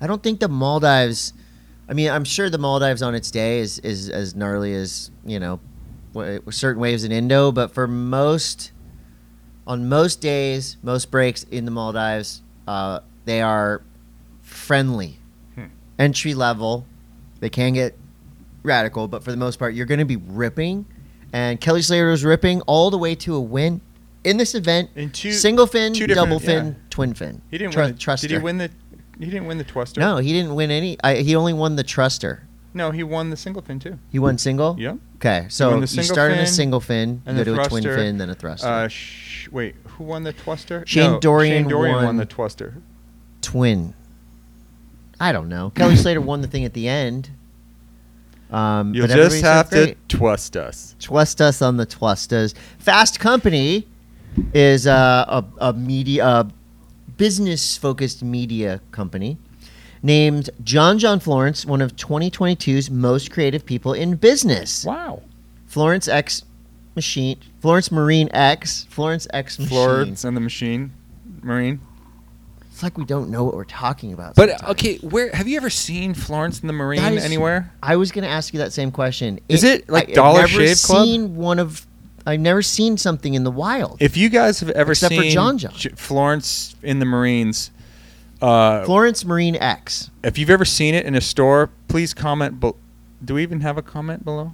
S1: I don't think the Maldives. I mean, I'm sure the Maldives on its day is is as gnarly as you know, wa- certain waves in Indo. But for most, on most days, most breaks in the Maldives, uh, they are friendly,
S2: Hmm.
S1: entry level. They can get radical, but for the most part, you're going to be ripping. And Kelly Slater was ripping all the way to a win in this event.
S2: In two-
S1: single fin,
S2: two different-
S1: double fin,
S2: yeah.
S1: twin fin.
S2: He didn't
S1: Tru-
S2: win. The,
S1: Truster.
S2: Did he win the? He didn't win the twister.
S1: No, he didn't win any. I, he only won the truster.
S2: No, he won the single fin too.
S1: He won single.
S2: Yep.
S1: Okay,
S2: won
S1: so
S2: the
S1: you
S2: single
S1: start in a
S2: fin,
S1: single fin,
S2: and
S1: you
S2: the
S1: go to a twin
S2: thruster.
S1: fin, then a thruster.
S2: Uh, sh- wait, who won the twister?
S1: Shane Dorian
S2: Shane Dorian won,
S1: won-
S2: the twister.
S1: twin. I don't know. Kelly Slater won the thing at the end. Um,
S2: You'll
S1: but
S2: just
S1: everybody
S2: have
S1: surfed
S2: to
S1: great.
S2: twist us.
S1: twist us on the twistas. Fast Company is uh, a, a media a business focused media company named John John Florence one of 2022's most creative people in business.
S2: Wow.
S1: Florence X Machine, Florence Marine X, Florence X Machine.
S2: Florence and the Machine, Marine.
S1: It's like we don't know what we're talking about.
S2: But
S1: sometimes.
S2: okay, where have you ever seen Florence and the Marine
S1: That is-
S2: anywhere?
S1: I was going to ask you that same question.
S2: Is it like
S1: I've
S2: Dollar
S1: never
S2: Shave Club?
S1: seen One of, I've never seen something in the wild.
S2: If you guys have ever
S1: Except for
S2: seen
S1: John John.
S2: J- Florence in the Marines, uh,
S1: Florence Marine X.
S2: if you've ever seen it in a store, please comment. Be- Do we even have a comment below?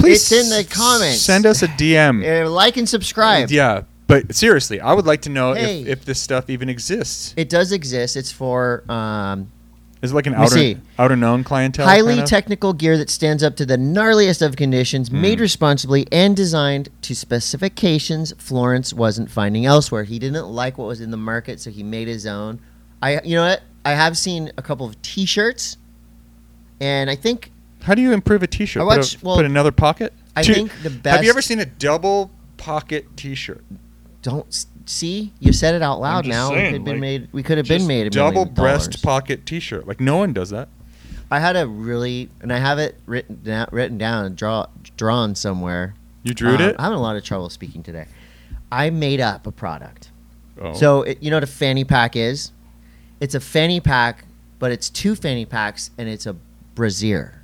S1: It's in the
S2: s-
S1: comments.
S2: Send us a DM.
S1: Uh, like and subscribe.
S2: yeah, but seriously, I would like to know
S1: Hey.
S2: if, if this stuff even exists.
S1: It does exist. It's for um,
S2: Is it like an
S1: Let me
S2: outer
S1: see.
S2: outer known clientele?
S1: highly
S2: kind of?
S1: technical gear that stands up to the gnarliest of conditions,
S2: Hmm.
S1: made responsibly and designed to specifications Florence wasn't finding elsewhere. He didn't like what was in the market, so he made his own. I, you know what? I have seen a couple of T-shirts, and I think
S2: How do you improve a T-shirt?
S1: I
S2: Put a-
S1: watch-
S2: put,
S1: well,
S2: another pocket.
S1: I
S2: Two-
S1: think the
S2: Have you ever
S1: best-
S2: seen a double pocket T-shirt?
S1: Don't s- see. You said it out loud.
S4: just
S1: Now we
S4: saying,
S1: could have been
S4: like,
S1: made. We could have
S2: Just
S1: been made a million
S2: double breast
S1: dollars.
S2: pocket T-shirt. Like no one does that.
S1: I had a really, and I have it written down, written down, and draw drawn somewhere.
S2: You drew
S1: Um,
S2: it.
S1: I'm having a lot of trouble speaking today. I made up a product.
S2: Oh.
S1: So it, you know what a fanny pack is? It's a fanny pack, but it's two fanny packs and it's a brassiere.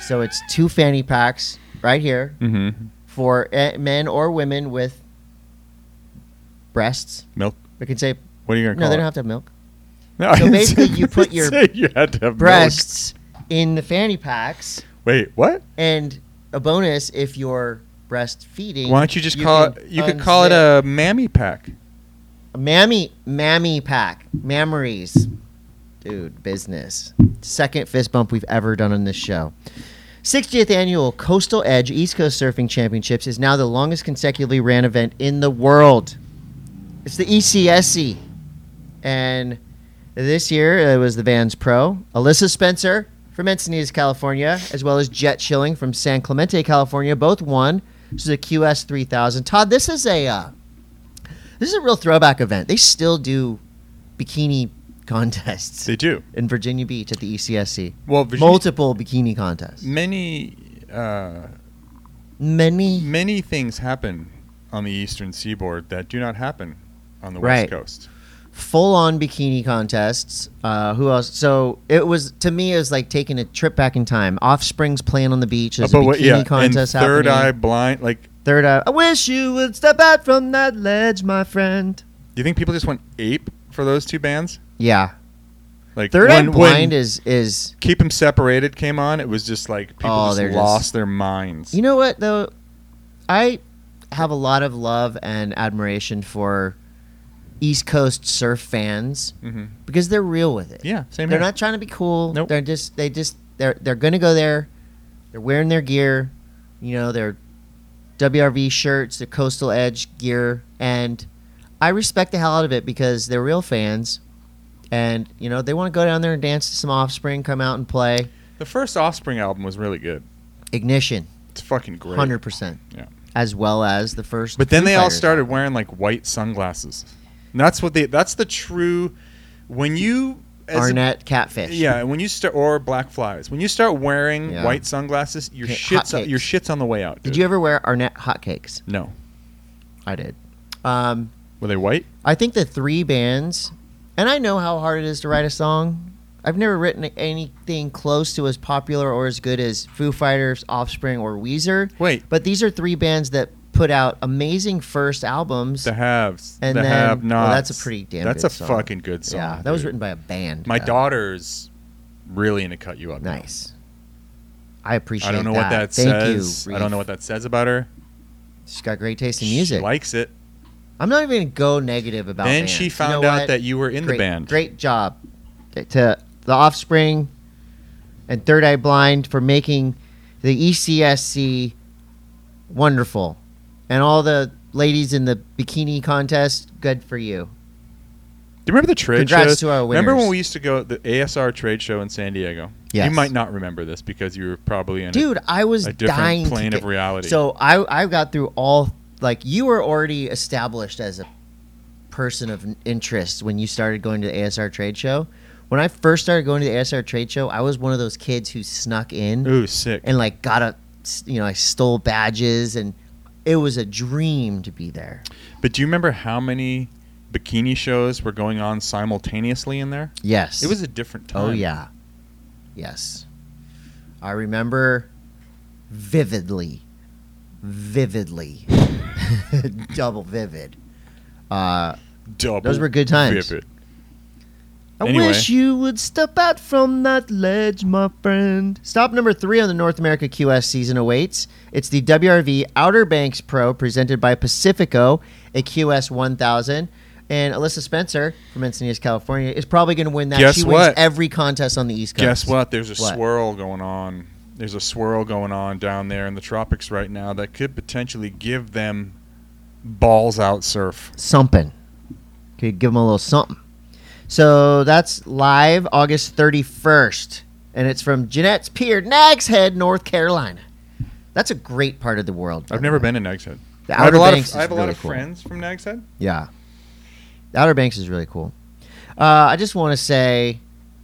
S1: so it's two fanny packs right here
S2: Mhm.
S1: for eh, men or women with breasts.
S2: Milk.
S1: We can say
S2: What are you gonna
S1: no,
S2: call
S1: they don't
S2: it?
S1: have to have milk.
S2: No, I
S1: so
S2: didn't
S1: basically
S2: say-
S1: you put your
S2: say you had to have milk.
S1: Breasts in the fanny packs,
S2: Wait, what?
S1: and a bonus if you're breastfeeding.
S2: Why don't you just call
S1: can
S2: it? You could call it
S1: unzip-
S2: a mammy pack.
S1: Mammy, mammy pack, mammaries, dude, business. Second fist bump we've ever done on this show. 60th annual Coastal Edge East Coast Surfing Championships is now the longest consecutively ran event in the world. It's the E ECSE, and this year uh, it was the Vans Pro, Alyssa Spencer from Encinitas, California, as well as Jet Schilling from San Clemente, California, both won. This is a QS 3000. Todd, this is a uh, this is a real throwback event. They still do bikini contests
S2: They do.
S1: in Virginia Beach at the E ECSC.
S2: Well, Virginia,
S1: Multiple bikini contests.
S2: many uh,
S1: Many.
S2: many things happen on the eastern seaboard that do not happen on the
S1: Right.
S2: west coast.
S1: full on bikini contests. Uh, who else? So it was to me, it was like taking a trip back in time. Offspring's playing on the beach. There's a
S2: Uh,
S1: bikini
S2: But what- yeah,
S1: contest
S2: and third eye
S1: happening.
S2: blind. Like, do
S1: Third eye. I wish you would step out from that ledge, my friend.
S2: you think people just went ape for those two bands?
S1: Yeah,
S2: Like
S1: Third
S2: when,
S1: Eye Blind
S2: when
S1: is is
S2: Keep them separated came on. It was just like people
S1: Oh, they're
S2: just
S1: just-
S2: lost their minds.
S1: You know what though, I have a lot of love and admiration for East Coast surf fans
S2: Mhm.
S1: because they're real with it.
S2: Yeah, same
S1: They're
S2: here.
S1: not trying to be cool.
S2: Nope.
S1: They're just they just they're they're gonna go there. They're wearing their gear, you know, their WRV shirts, their coastal edge gear, and I respect the hell out of it because they're real fans. And you know they want to go down there and dance to some Offspring, come out and play
S2: the first Offspring album was really good.
S1: Ignition,
S2: It's fucking great.
S1: hundred percent,
S2: Yeah.
S1: as well as the first.
S2: But then
S1: Foo
S2: they all
S1: Fighters
S2: started wearing like white sunglasses. And that's what they. That's the true. When you as a-
S1: Arnett catfish.
S2: yeah, when you start or black flies. When you start wearing
S1: Yeah.
S2: white sunglasses, your
S1: Hey,
S2: shit's on,
S1: hotcakes.
S2: your shit's on the way out. Dude.
S1: Did you ever wear Arnett hotcakes?
S2: No.
S1: I did. Um,
S2: Were they white?
S1: I think the three bands, and I know how hard it is to write a song. I've never written anything close to as popular or as good as Foo Fighters, Offspring, or Weezer.
S2: Wait.
S1: But these are three bands that put out amazing first albums.
S2: The haves.
S1: And
S2: the
S1: then-
S2: have
S1: well,
S2: not.
S1: that's a pretty damn
S2: That's
S1: good
S2: a
S1: song.
S2: fucking good song.
S1: yeah, that was
S2: dude.
S1: written by a band.
S2: My
S1: though.
S2: daughter's really into cut you up. now.
S1: Nice. I appreciate.
S2: I don't know what that
S1: Thank
S2: says.
S1: you.
S2: I don't know what that says about her.
S1: She's got great taste in
S2: She
S1: music.
S2: likes it.
S1: I'm not even gonna go negative about.
S2: then
S1: bands.
S2: she
S1: You know
S2: found out
S1: what?
S2: that you were in
S1: great,
S2: the band.
S1: Great job to the Offspring and Third Eye Blind for making the E ECSC wonderful, and all the ladies in the bikini contest. Good for you.
S2: Do you remember the trade
S1: Congrats
S2: shows?
S1: to our
S2: Remember when
S1: winners.
S2: we used to go to the ASR trade show in San Diego?
S1: Yes.
S2: You might not remember this because you were probably in a-
S1: dude i was
S2: a different
S1: dying to
S2: plane of
S1: get-
S2: reality.
S1: so i i got through all like you were already established as a person of interest when you started going to the asr trade show when i first started going to the asr trade show i was one of those kids who snuck in
S2: Ooh, sick.
S1: and like got a you know i stole badges and it was a dream to be there
S2: But do you remember how many bikini shows were going on simultaneously in there?
S1: yes
S2: It was a different time.
S1: Oh yeah. Yes. I remember vividly. Vividly. Double vivid. Uh,
S2: Double.
S1: Those were good times.
S2: vivid.
S1: I
S2: Anyway.
S1: wish you would step out from that ledge, my friend. Stop number three on the North America QS season awaits. It's the WRV Outer Banks Pro presented by Pacifico, a QS 1000. And Alyssa Spencer from Encinitas, California, is probably going to win that.
S2: Guess
S1: she wins
S2: what?
S1: every contest on the East Coast.
S2: Guess what? There's a
S1: What?
S2: swirl going on. There's a swirl going on down there in the tropics right now that could potentially give them balls out surf.
S1: something. Could give them a little something. So that's live August 31st and it's from Jeanette's Pier, Nags Head, North Carolina. That's a great part of the world.
S2: I've never been to Nags Head.
S1: The
S2: I have
S1: Outer
S2: a lot
S1: Banks
S2: of I have
S1: is
S2: a lot
S1: really
S2: of
S1: cool.
S2: friends from Nags Head.
S1: Yeah. The Outer Banks is really cool. Uh, I just want to say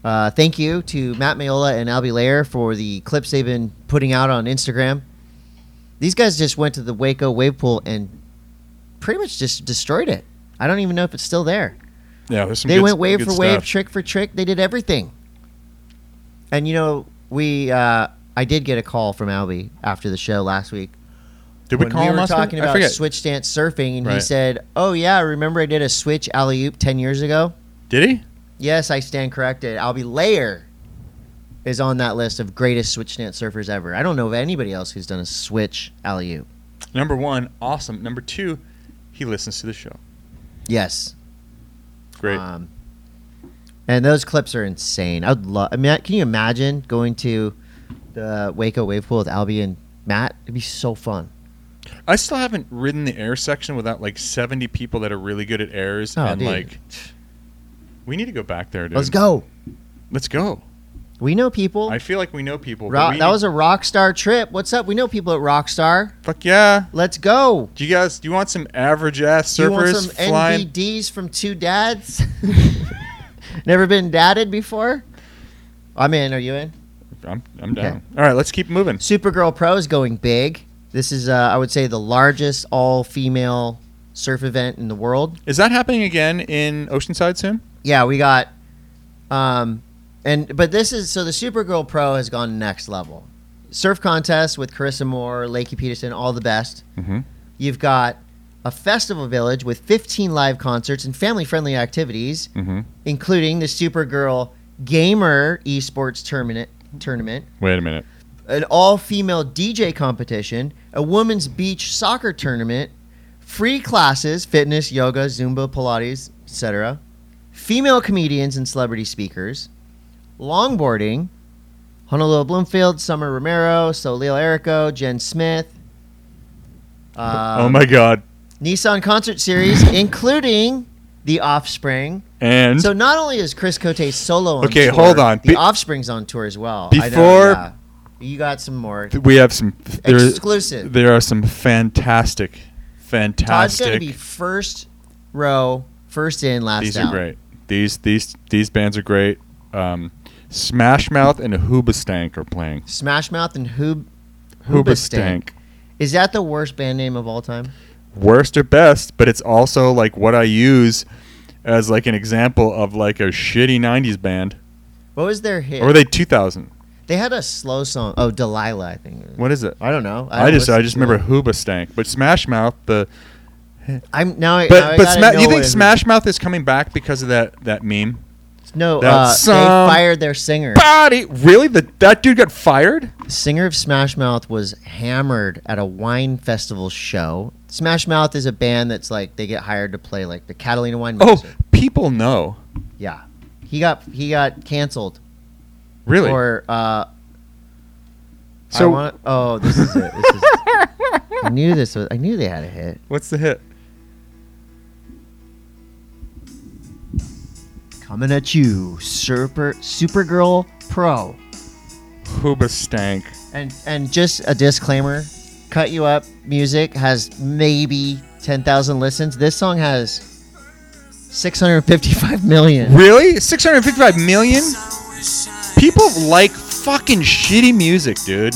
S1: uh, thank you to Matt Mayola and Albie Lair for the clips they've been putting out on Instagram. These guys just went to the Waco wave pool and pretty much just destroyed it. I don't even know if it's still there.
S2: Yeah, there's some.
S1: They
S2: good-
S1: went wave
S2: good
S1: for wave,
S2: stuff.
S1: trick for trick. They did everything. And you know, we uh, I did get a call from Albie after the show last week
S2: Did we
S1: when
S2: call
S1: we
S2: him
S1: were
S2: last
S1: talking
S2: week? I
S1: about
S2: forget.
S1: switch stance surfing, and he
S2: Right.
S1: said, "Oh yeah, remember I did a switch alley oop ten years ago."
S2: Did he?
S1: Yes, I stand corrected. Albie Layer is on that list of greatest switch stance surfers ever. I don't know of anybody else who's done a switch alley oop.
S2: Number one, awesome. Number two, he listens to the show.
S1: Yes,
S2: Great.
S1: Um, and those clips are insane. I'd love. I mean, can you imagine going to the Waco wave pool with Albie and Matt? It'd be so fun.
S2: I still haven't ridden the air section without like 70 people that are really good at airs
S1: Oh,
S2: and
S1: dude.
S2: like we need to go Oh. back there, dude.
S1: Let's go.
S2: Let's go.
S1: We know people.
S2: I feel like we know people. but
S1: Ro-
S2: we
S1: that
S2: need-
S1: was a Rockstar trip. What's up? We know people at Rockstar.
S2: fuck yeah.
S1: Let's go.
S2: Do you guys do you want some average ass
S1: Do you want
S2: surfers
S1: some
S2: flying?
S1: NVDs from two dads? Never been dadded before? I'm in. Are you in?
S2: I'm I'm down. All right, let's keep moving.
S1: Supergirl Pro is going big. This is, uh, I would say, the largest all female surf event in the world.
S2: Is that happening again in Oceanside soon?
S1: yeah, we got um and but this is so the Supergirl Pro has gone next level. Surf contest with Carissa Moore, Lakey Peterson, all the best.
S2: Mhm.
S1: You've got a festival village with 15 live concerts and family-friendly activities,
S2: Mhm.
S1: including the Supergirl Gamer Esports Tournament, tournament,
S2: Wait a minute.
S1: an all-female DJ competition, a women's beach soccer tournament, free classes, fitness, yoga, Zumba, Pilates, etc. Female comedians and celebrity speakers, longboarding, Honolulu Bloomfield, Summer Romero, Solil Erico, Jen Smith.
S2: oh
S1: Um,
S2: my god.
S1: Nissan concert series, including The Offspring.
S2: And
S1: So not only is Chris Cote solo on
S2: Okay,
S1: tour,
S2: hold on.
S1: The
S2: Be-
S1: Offspring's on tour as well. I know,
S2: Before-
S1: yeah. you got some more
S2: we have some there,
S1: exclusive.
S2: there are some fantastic
S1: Todd's gonna
S2: fantastic
S1: be first row, first in, last
S2: These
S1: out.
S2: are great. These these these bands are great. Um, Smash Mouth and Hoobastank are playing.
S1: Smash Mouth and Hoob
S2: Hoobastank.
S1: Is that the worst band name of all time?
S2: Worst or best, but it's also like what I use as like an example of like a shitty 90s band.
S1: What was their hit?
S2: Or were they 2000?
S1: They had a slow song. Oh, Delilah, I think.
S2: What is it?
S1: I don't know.
S2: I,
S1: don't
S2: just I
S1: listen
S2: just
S1: to
S2: remember
S1: it.
S2: Hoobastank, but Smash Mouth the
S1: I'm now. I- now I
S2: but but
S1: gotta
S2: Sma- you
S1: know
S2: think
S1: it-
S2: Smash Mouth is coming back because of that that meme?
S1: No,
S2: that
S1: uh,
S2: song-
S1: they fired their singer.
S2: Body really the that dude got fired?
S1: singer of Smash Mouth was hammered at a wine festival show. Smash Mouth is a band that's like they get hired to play like the Catalina Wine.
S2: Oh,
S1: Mixer.
S2: people know.
S1: yeah. He got he got canceled
S2: Really?
S1: or uh. I
S2: So-
S1: want. Oh, this is it. This is, I knew this was. I knew they had a hit.
S2: What's the hit?
S1: Coming at you, Super Supergirl Pro.
S2: Hoobastank.
S1: And and just a disclaimer, Cut You Up music has maybe 10,000 listens. This song has 655 million.
S2: Really? 655 million? People like fucking shitty music, dude.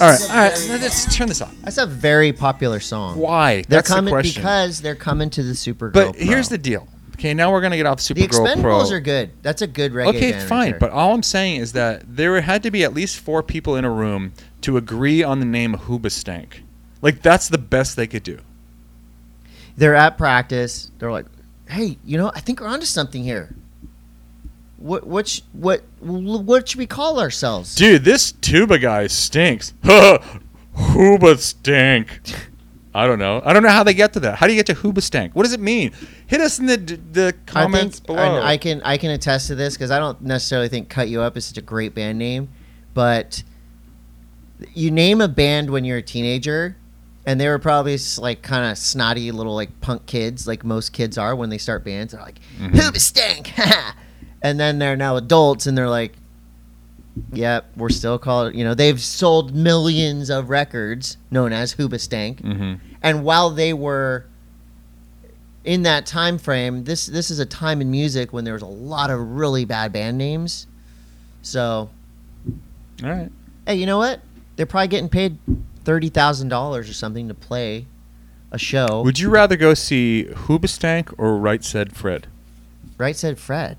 S2: All right, all right, let's turn this off.
S1: That's a very popular song.
S2: Why?
S1: They're
S2: That's the
S1: coming
S2: question.
S1: because they're coming to the Supergirl.
S2: but
S1: Pro.
S2: here's the deal. Okay, now we're going to get off
S1: the
S2: Supergirl
S1: Expendables
S2: Pro.
S1: are good. That's a good reggae
S2: okay,
S1: band right
S2: fine.
S1: there.
S2: But all I'm saying is that there had to be at least four people in a room to agree on the name Hoobastank. Like, that's the best they could do.
S1: they're at practice. They're like, "Hey, you know, I think we're onto something here. What what sh- what what should we call ourselves?"
S2: Dude, this tuba guy stinks. Hooba stank. I don't know. I don't know how they get to that. How do you get to Hooba stank? What does it mean? Hit us in the the
S1: I
S2: comments
S1: think,
S2: below.
S1: and I can I can attest to this because I don't necessarily think "Cut You Up" is such a great band name, but you name a band when you're a teenager, and they were probably s- like kind of snotty
S2: Mm-hmm.
S1: little like punk kids, like most kids are when they start bands. They're like, "Who the stank?" and then they're now adults and they're like yep we're still called you know they've sold millions of records known as hoobastank
S2: Mm-hmm.
S1: and while they were in that time frame this this is a time in music when there was a lot of really bad band names so
S2: All right.
S1: hey you know what they're probably getting paid $30000 or something to play a show
S2: Would you rather go see Hoobastank or Right Said Fred?
S1: right said fred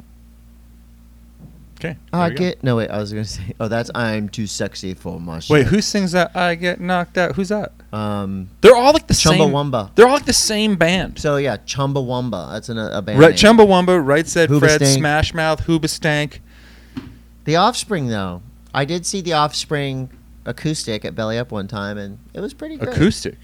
S2: Okay.
S1: i
S2: there we go.
S1: get no wait i was gonna say oh that's i'm too sexy for my shit.
S2: Wait, who sings that? I get knocked out. Who's that?
S1: um
S2: They're all like the same.
S1: chumbawamba
S2: They're all like the same band.
S1: so yeah chumbawamba that's an, a band
S2: Right,
S1: name.
S2: Chumbawamba, Right Said Fred,
S1: Hoobastank.
S2: Smash Mouth, Hoobastank.
S1: The Offspring, though, I did see the Offspring acoustic at Belly Up one time, and it was pretty great.
S2: acoustic.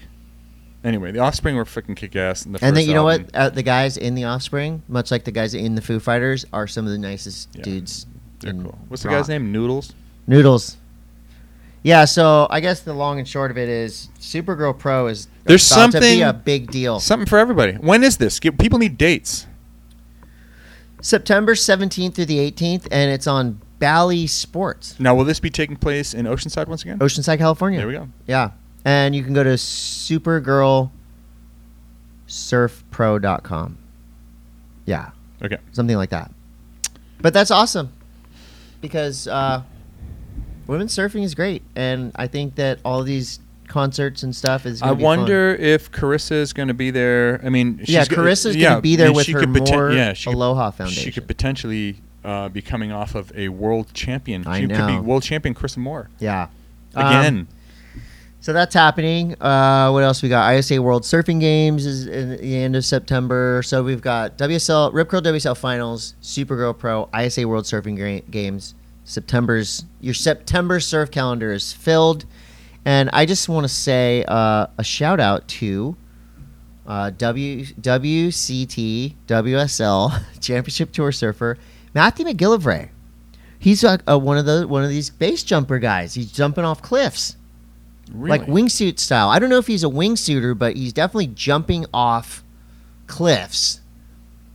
S2: Anyway, the Offspring were freaking kick ass in the first.
S1: and then you know
S2: album.
S1: what? Uh, the guys in the Offspring, much like the guys in the Foo Fighters, are some of the nicest
S2: Yeah.
S1: dudes.
S2: They're
S1: in
S2: cool. What's the
S1: rock.
S2: guy's name? Noodles.
S1: Noodles. Yeah, so I guess the long and short of it is Supergirl Pro is
S2: There's
S1: about to
S2: something-
S1: be a big deal.
S2: Something for everybody. When is this? Get, people need dates.
S1: September 17th through the 18th, and it's on Bally Sports,
S2: Now, will this be taking place in Oceanside once again?
S1: Oceanside, California.
S2: There we go.
S1: Oh, Yeah. And you can go to supergirlsurfpro.com. Yeah.
S2: Okay.
S1: Something like that. But that's awesome because uh, women's surfing is great. And I think that all these concerts and stuff is
S2: I
S1: going to be fun.
S2: wonder if Carissa is going to be there. I mean, she's
S1: yeah,
S2: go-
S1: Carissa's
S2: yeah,
S1: going to be there
S2: I mean,
S1: with
S2: she
S1: her
S2: could poten-
S1: more
S2: yeah, she could-
S1: Aloha
S2: She
S1: Foundation.
S2: could potentially uh, be coming off of a world champion.
S1: I
S2: she could be
S1: know.
S2: world champion Chris Moore
S1: yeah. Um,
S2: again.
S1: So that's happening. Uh, what else we got? ISA World Surfing Games is in the end of September. So we've got WSL Rip Curl WSL Finals, Supergirl Pro, ISA World Surfing Gra- Games. September's your September surf calendar is filled, and I just want to say uh, a shout out to uh, w WCT WSL Championship Tour surfer Matthew McGillivray. He's like uh, one of the one of these base jumper guys. He's jumping off cliffs
S2: really?
S1: like wingsuit style. I don't know if he's a wingsuiter, but he's definitely jumping off cliffs.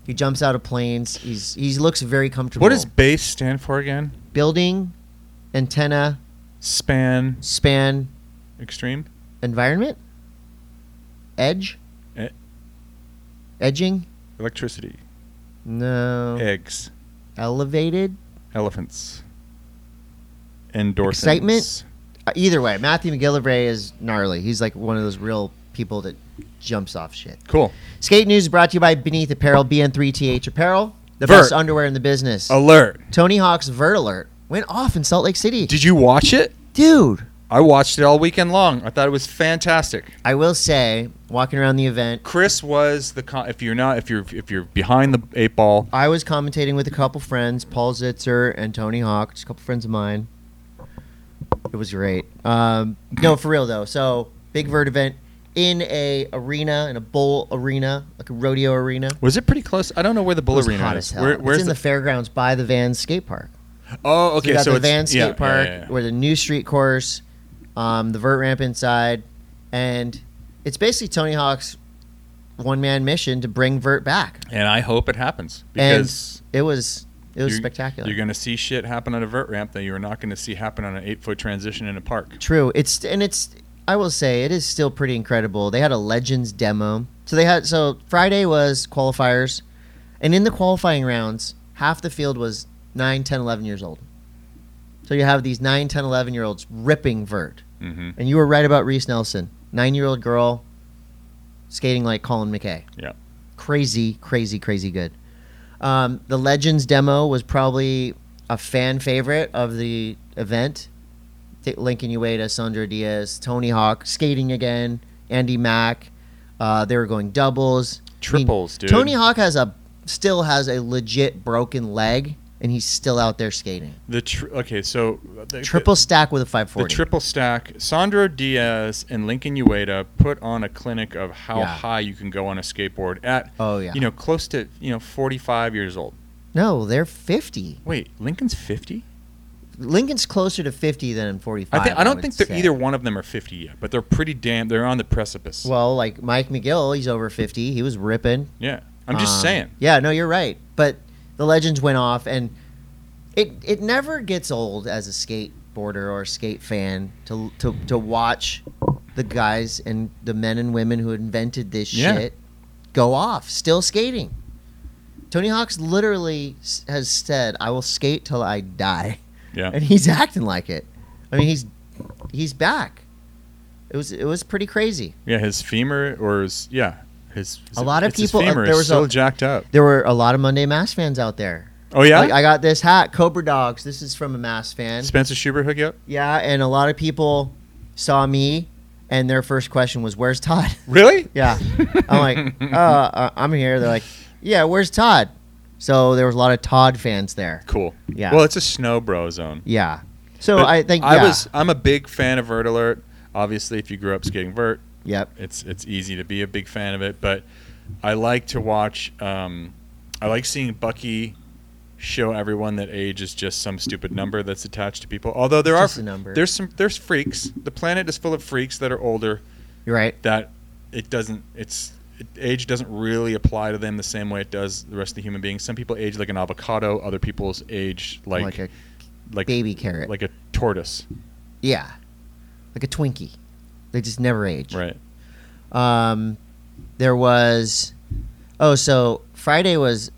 S1: He jumps out of planes. He's he looks very comfortable.
S2: what does BASE stand for again?
S1: building, antenna,
S2: Span
S1: span,
S2: Extreme.
S1: environment, edge,
S2: Eh.
S1: edging?
S2: Electricity.
S1: No,
S2: Eggs.
S1: elevated.
S2: Elephants. Endorphins.
S1: Excitement? Uh, Either way, Matthew McGillivray is gnarly. He's like one of those real people that jumps off shit.
S2: Cool.
S1: Skate news brought to you by Beneath Apparel, BN3TH Apparel, the
S2: Vert. Oh,
S1: best underwear in the business.
S2: Alert.
S1: Tony Hawk's Vert Alert went off in Salt Lake City.
S2: Did you watch it?
S1: Dude,
S2: I watched it all weekend long. I thought it was fantastic.
S1: I will say, walking around the event,
S2: Chris was the con- if you're not if you're if you're behind the eight ball,
S1: I was commentating with a couple friends, Paul Zitzer and Tony Hawk, just a couple friends of mine. It was great. Um, no, for real though. So big Vert event in a arena, in a bowl arena, like a rodeo arena.
S2: was it pretty close? I don't know where the
S1: It
S2: bull
S1: was
S2: arena
S1: hot
S2: is.
S1: as hell.
S2: Where-
S1: it's
S2: where's
S1: in the,
S2: the,
S1: fairgrounds by the Van skate park.
S2: Oh,
S1: So
S2: okay.
S1: you got
S2: So,
S1: the
S2: it's
S1: Van skate
S2: yeah, yeah,
S1: park
S2: yeah, yeah.
S1: where the new street course, um, the vert ramp inside, and it's basically Tony Hawk's one man mission to bring vert back.
S2: And I hope it happens
S1: And
S2: because
S1: It was it was
S2: you're-
S1: spectacular.
S2: You're going to see shit happen on a vert ramp that you're not going to see happen on an eight foot transition in a park.
S1: True. It's and it's I will say it is still pretty incredible. They had a legends demo. So they had so Friday was qualifiers and in the qualifying rounds, half the field was 9, 10, 11 years old. So you have these 9, 10, 11 year olds ripping vert.
S2: Mm-hmm.
S1: And you were right about Reese Nelson, nine year old girl skating like Colin McKay.
S2: Yeah.
S1: Crazy, crazy, crazy good. Um, the Legends demo was probably a fan favorite of the event. T- Lincoln Ueda, Sandra Diaz, Tony Hawk skating again, Andy Mack. Uh, they were going doubles. I mean,
S2: Triples, dude.
S1: Tony Hawk has a still has a legit broken leg, and he's still out there skating.
S2: The tr- okay, so uh, the,
S1: Triple stack with a 540.
S2: The triple stack. Sandro Diaz and Lincoln Ueda put on a clinic of how
S1: Yeah.
S2: high you can go on a skateboard at,
S1: oh yeah.
S2: you know, close to you know 45 years old.
S1: no, they're 50.
S2: Wait, Lincoln's 50?
S1: Lincoln's closer to 50 than 45.
S2: I think I don't think
S1: would
S2: that
S1: say.
S2: either one of them are 50 yet, but they're pretty damn. They're on the precipice.
S1: Well, like Mike McGill, he's over 50. He was ripping.
S2: yeah, I'm just
S1: Um,
S2: saying.
S1: Yeah, no, you're right. But the legends went off, and it it never gets old as a skateboarder or skate fan to to to watch the guys and the men and women who invented this
S2: Yeah.
S1: shit go off, still skating. Tony Hawk's literally s- has said, "I will skate till I die."
S2: Yeah.
S1: and he's acting like it. I mean, he's he's back. It was it was pretty crazy.
S2: Yeah, his femur or his yeah, his, his
S1: A lot of
S2: it's his
S1: people- uh,
S2: femur
S1: there
S2: is
S1: was
S2: so
S1: a-
S2: jacked up.
S1: There were a lot of Monday Mass fans out there.
S2: Oh yeah,
S1: Like I got this hat, Cobra Dogs. This is from a Mass fan.
S2: Spencer Schubert hook you up.
S1: Yeah, and a lot of people saw me, and their first question was, "Where's Todd?"
S2: Really?
S1: yeah, I'm like, uh, uh, "I'm here." They're like, "Yeah, where's Todd?" So there was a lot of Todd fans there.
S2: Cool.
S1: Yeah.
S2: Well, it's a snow bro zone.
S1: Yeah. So
S2: But
S1: I think
S2: I
S1: yeah.
S2: was. I'm a big fan of Vert Alert. Obviously, if you grew up skating Vert,
S1: Yep.
S2: it's it's easy to be a big fan of it. But I like to watch. Um, I like seeing Bucky show everyone that age is just some stupid number that's attached to people. Although there
S1: It's
S2: are
S1: just a number.
S2: there's some there's freaks. The planet is full of freaks that are older
S1: You're right.
S2: that it doesn't it's it, age doesn't really apply to them the same way it does the rest of the human beings some people age like an avocado other people's age like
S1: Like, a
S2: like
S1: baby carrot.
S2: like a tortoise
S1: yeah. Like a Twinkie. They just never age.
S2: right
S1: Um, there was, oh, so Friday was,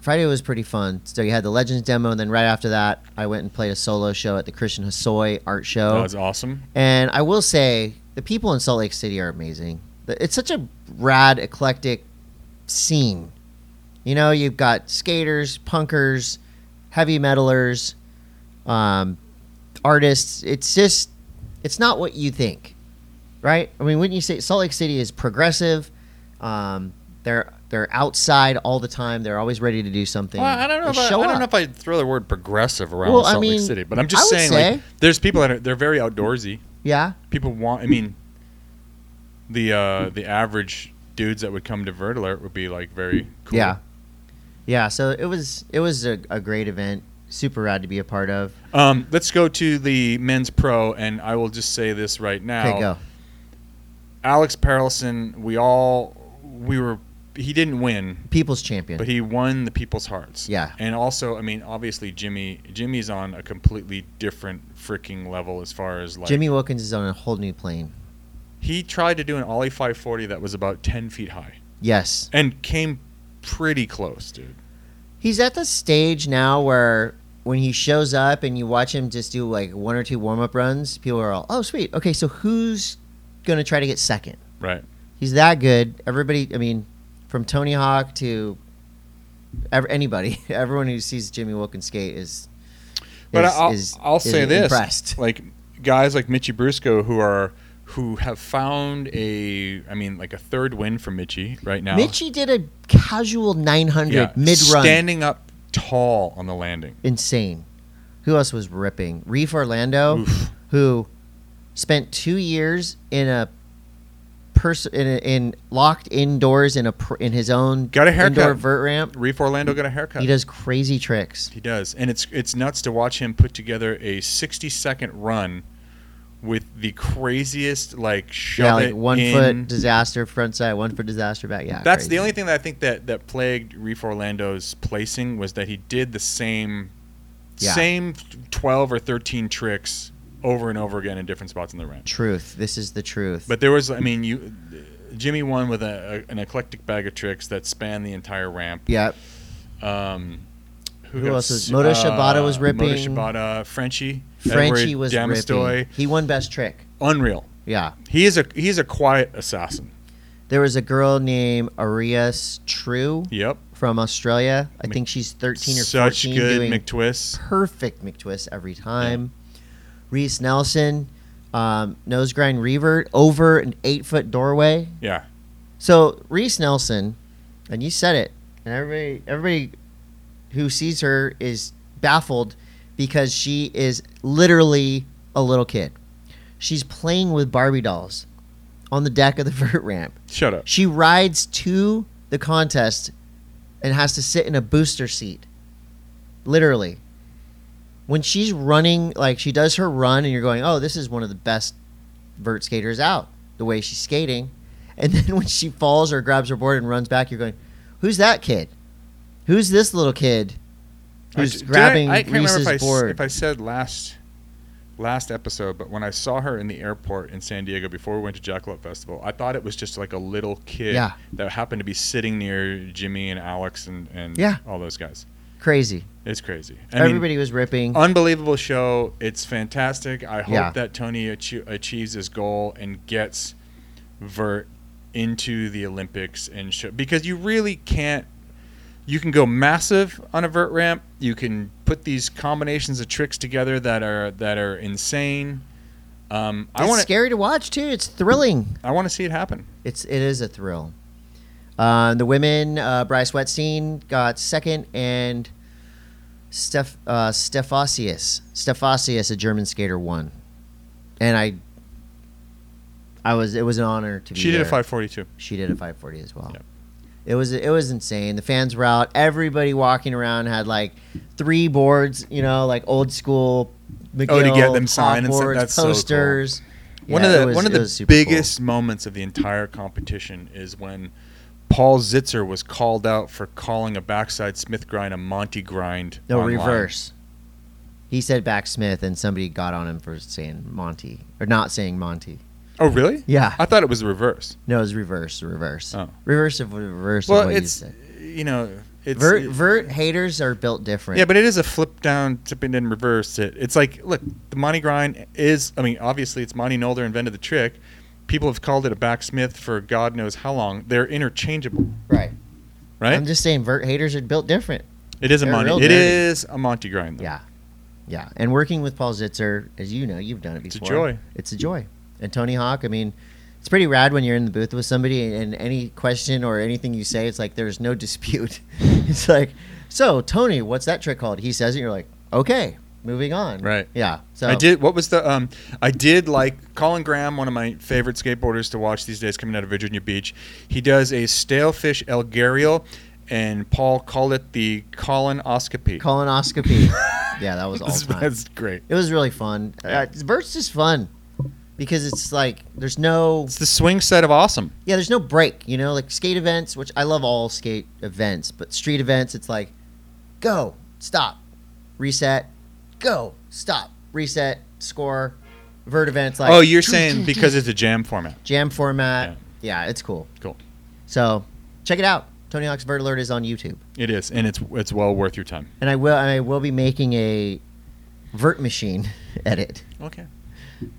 S1: Friday was pretty fun. So you had the Legends demo, and then right after that, I went and played a solo show at the Christian Hassoy Art Show.
S2: that was awesome
S1: And I will say, the people in Salt Lake City are amazing. The- It's such a rad, eclectic scene. You know, you've got skaters, punkers, heavy metalers, um, artists. It's just, it's not what you think, right? I mean, wouldn't you say Salt Lake City is progressive? Um, they're they're outside all the time. They're always ready to do something.
S2: well, I don't know.
S1: They
S2: If I, I
S1: show
S2: don't
S1: up.
S2: know if I'd throw the word progressive around
S1: Well,
S2: with
S1: I
S2: Salt Lake
S1: mean,
S2: City, but I'm
S1: I
S2: just
S1: would
S2: saying, like,
S1: say-
S2: there's people that are they're very outdoorsy.
S1: yeah,
S2: People want. I mean, the uh, the average dudes that would come to Vert Alert would be like very cool.
S1: Yeah. Yeah, so it was it was a, a great event. Super rad to be a part of.
S2: Um, let's go to the men's pro, and I will just say this right now.
S1: Okay, go.
S2: Alex Parelson, we all we were he didn't win,
S1: People's champion.
S2: but he won the people's hearts.
S1: Yeah.
S2: And also, I mean, obviously Jimmy Jimmy's on a completely different freaking level as far as like
S1: Jimmy Wilkins is on a whole new plane.
S2: he tried to do an Ollie 540 that was about 10 feet high
S1: Yes.
S2: and came pretty close, dude.
S1: He's at the stage now where when he shows up and you watch him just do like one or two warm up runs, people are all, oh, sweet. Okay, so who's going to try to get second?
S2: Right.
S1: He's that good. Everybody, I mean, from Tony Hawk to ev- anybody, everyone who sees Jimmy Wilkins skate is.
S2: But
S1: is-
S2: I'll,
S1: is-
S2: I'll
S1: is
S2: say this:
S1: Impressed.
S2: like guys like Mitchy Brusco, who are who have found a, I mean, like a third win for Mitchy right now.
S1: Mitchie did a casual 900
S2: Yeah,
S1: mid run.
S2: standing up tall on the landing.
S1: Insane. Who else was ripping? Reef Orlando,
S2: Oof.
S1: who spent two years in a person in, a- in locked indoors in a pr- in his own
S2: Got a haircut.
S1: indoor vert ramp.
S2: Reef Orlando got a haircut.
S1: He does crazy tricks.
S2: He does, and it's it's nuts to watch him put together a 60 second run with the craziest like shove
S1: yeah, like
S2: it
S1: one
S2: in.
S1: foot disaster front side, one foot disaster back. Yeah,
S2: That's the
S1: crazy.
S2: only thing that I think that that plagued Reef Orlando's placing was that he did the same
S1: Yeah.
S2: same 12 or 13 tricks over and over again in different spots in the ranch.
S1: truth. This is the truth.
S2: But there was I mean you Jimmy won with a, a, an eclectic bag of tricks that spanned the entire ramp.
S1: yeah,
S2: Um,
S1: Who
S2: got
S1: else was-
S2: s-
S1: Moto Shibata was
S2: Moto
S1: ripping.
S2: Shibata, Frenchie,
S1: Frenchie
S2: Edward
S1: was
S2: Damastoy.
S1: ripping. He won best trick.
S2: Unreal.
S1: Yeah.
S2: He is a he's a quiet assassin.
S1: There was a girl named Arias True
S2: Yep.
S1: from Australia. I
S2: Mc-
S1: think she's 13 or
S2: Such
S1: 14
S2: good
S1: doing
S2: McTwists.
S1: perfect McTwist every time. Reese Nelson, um, nose grind revert over an eight foot doorway.
S2: Yeah.
S1: So Reese Nelson, and you said it, and everybody everybody who sees her is baffled because she is literally a little kid. She's playing with Barbie dolls on the deck of the vert ramp.
S2: Shut up.
S1: She rides to the contest and has to sit in a booster seat. Literally. When she's running, like she does her run, and you're going, oh, this is one of the best vert skaters out, the way she's skating. And then when she falls or grabs her board and runs back, you're going, who's that kid? Who's this little kid? Who's
S2: Did I-
S1: grabbing
S2: I, can't
S1: Reese's
S2: remember if I, s-
S1: board?
S2: if I said last last episode, but when I saw her in the airport in San Diego before we went to Jackalope Festival, I thought it was just like a little kid
S1: Yeah.
S2: that happened to be sitting near Jimmy and Alex and, and
S1: Yeah.
S2: all those guys.
S1: Crazy.
S2: It's crazy. I mean,
S1: Everybody was ripping.
S2: unbelievable show. It's fantastic. I hope
S1: Yeah.
S2: that Tony achie- achieves his goal and gets Vert into the Olympics and show because you really can't. You can go massive on a vert ramp. You can put these combinations of tricks together that are that are insane. Um, I
S1: it's
S2: want to
S1: scary to watch too. It's thrilling.
S2: I want to see it happen.
S1: It's it is a thrill. Um, the women, uh, Bryce Wetstein got second, and Steph uh, Stephasius Stephasius, a German skater, won. And I, I was it was an honor to be.
S2: She did a
S1: there.
S2: 542.
S1: She did a 540 as well.
S2: Yep.
S1: It was it was insane. The fans were out. Everybody walking around had like three boards, you know, like old school. McGill,
S2: Oh, to get them signed and stuff.
S1: chalkboards,
S2: That's so cool.
S1: posters.
S2: one
S1: Yeah,
S2: of the
S1: it was-
S2: one of
S1: it was
S2: the
S1: super cool.
S2: biggest moments of the entire competition is when Paul Zitzer was called out for calling a backside Smith grind a Monty grind.
S1: No
S2: online.
S1: reverse. He said back Smith, and somebody got on him for saying Monty or not saying Monty.
S2: Oh really?
S1: Yeah,
S2: I thought it was reverse.
S1: no, it was reverse, reverse,
S2: Oh.
S1: reverse of reverse. of
S2: well,
S1: what
S2: it's
S1: you said.
S2: you know it's
S1: Vert, vert haters are built different.
S2: yeah, but it is a flip down, tip and then reverse. It it's like look, the Monty grind is. I mean, obviously it's Monty Nolder invented the trick. People have called it a back Smith for God knows how long. They're interchangeable,
S1: right.
S2: right?
S1: I'm just saying, vert haters are built different.
S2: it is a
S1: they're
S2: Monty.
S1: real
S2: It
S1: dirty.
S2: is a Monty grind. Though.
S1: Yeah, yeah. And working with Paul Zitzer, as you know, you've done it
S2: It's a
S1: before.
S2: joy.
S1: It's a joy. And Tony Hawk, I mean, it's pretty rad when you're in the booth with somebody and any question or anything you say, it's like there's no dispute. it's like, so Tony, what's that trick called? He says it, you're like, okay, moving on.
S2: Right.
S1: Yeah. So
S2: I did. What was the? Um, I did like Colin Graham, one of my favorite skateboarders to watch these days, coming out of Virginia Beach. He does a stalefish elgarial, and Paul called it the colonoscopy.
S1: colonoscopy. yeah, that was all
S2: That's,
S1: time.
S2: that's great.
S1: It was really fun. Uh, Vert's just fun because it's like there's no
S2: It's the swing set of awesome.
S1: yeah, there's no break, you know, like skate events, which I love all skate events, but street events, it's like go, stop, reset, go, stop, reset, score. Vert events like
S2: oh, you're saying because it's a jam format.
S1: jam format. Yeah. it's cool.
S2: Cool.
S1: So check it out. Tony Hawk's Vert Alert is on YouTube.
S2: It is, and it's it's well worth your time.
S1: And I will and I will be making a Vert machine edit.
S2: Okay.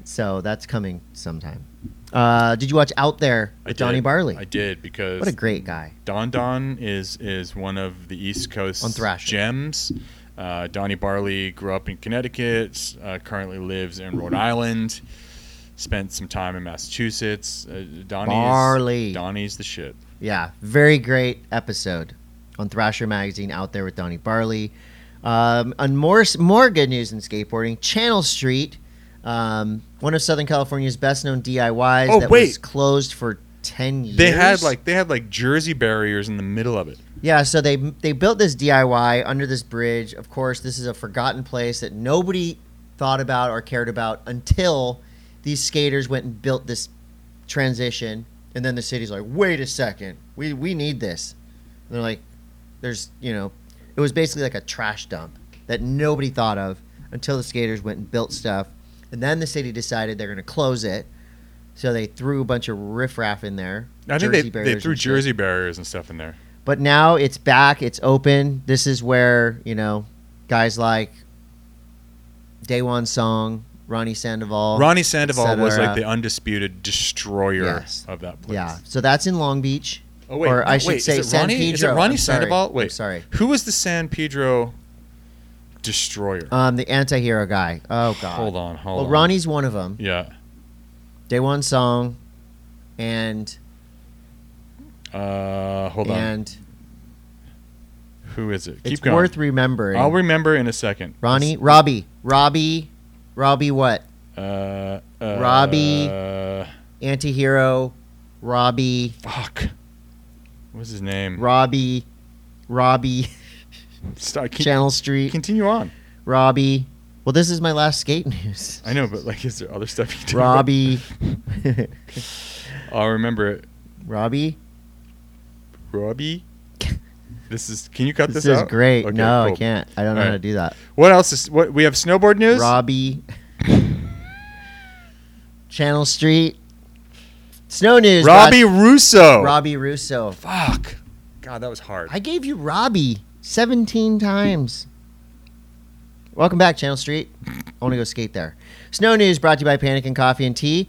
S1: So that's coming sometime. Uh, did you watch Out There with Johnny Barley?
S2: I did because
S1: what a great guy.
S2: Don Don is is one of the East Coast
S1: On Thrasher.
S2: gems. Uh, Donnie Barley grew up in Connecticut, uh, currently lives in Rhode Island. Spent some time in Massachusetts. Uh, Donnie's,
S1: Barley.
S2: Donnie's the shit.
S1: Yeah, very great episode on Thrasher Magazine out there with Donnie Barley. Um, on more, more good news in skateboarding, Channel Street, um, one of Southern California's best known DIYs
S2: Oh,
S1: that was
S2: wait.
S1: closed for 10 years.
S2: They had like they had like Jersey barriers in the middle of it.
S1: Yeah, so they they built this DIY under this bridge. Of course, this is a forgotten place that nobody thought about or cared about until these skaters went and built this transition. And then the city's like, "Wait a second. We we need this." And they're like, "There's, you know, it was basically like a trash dump that nobody thought of until the skaters went and built stuff. And then the city decided they're going to close it. So they threw a bunch of riffraff in there.
S2: I think
S1: Jersey
S2: they, they
S1: barriers
S2: threw
S1: and shit
S2: Jersey barriers and stuff in there.
S1: but now it's back it's open this is where you know guys like Daywan Song Ronnie Sandoval
S2: Ronnie Sandoval was like
S1: Cetera.
S2: the undisputed destroyer
S1: Yes.
S2: of that place.
S1: yeah so that's in Long Beach
S2: Oh wait,
S1: or I
S2: no,
S1: should
S2: wait, is
S1: say
S2: it
S1: San
S2: Ronnie?
S1: Pedro
S2: Is it Ronnie
S1: I'm sorry.
S2: Sandoval?
S1: I'm
S2: Wait,
S1: sorry
S2: Who was the San Pedro destroyer?
S1: um the anti-hero guy oh god
S2: Hold on, hold
S1: well
S2: on.
S1: Ronnie's one of them
S2: Yeah.
S1: Daywan Song and
S2: Uh, hold on.
S1: and
S2: Who is it? Keep
S1: it's
S2: going.
S1: worth remembering
S2: I'll remember in a second.
S1: Ronnie Robbie Robbie Robbie what
S2: Uh, uh,
S1: Robbie.
S2: Uh,
S1: anti-hero Robbie
S2: fuck. What's his name?
S1: Robbie Robbie
S2: Stop, keep-
S1: Channel Street
S2: Continue on.
S1: Robbie. Well, this is my last skate news.
S2: I know, but like, is there other stuff you do?
S1: Robbie.
S2: I'll remember it.
S1: Robbie.
S2: Robbie. This is. Can you cut
S1: This,
S2: this,
S1: is
S2: out?
S1: great.
S2: Okay,
S1: no, I
S2: cool.
S1: can't. I don't know
S2: All
S1: how to
S2: right.
S1: do that.
S2: What else is? What we have snowboard news.
S1: Robbie, Channel Street, Snow News.
S2: Robbie Russo.
S1: Rob- Robbie Russo.
S2: Fuck. God, that was hard.
S1: I gave you Robbie 17 times. Welcome back, Channel Street. I want to go skate there. Snow News brought to you by Panic and Coffee and Tea.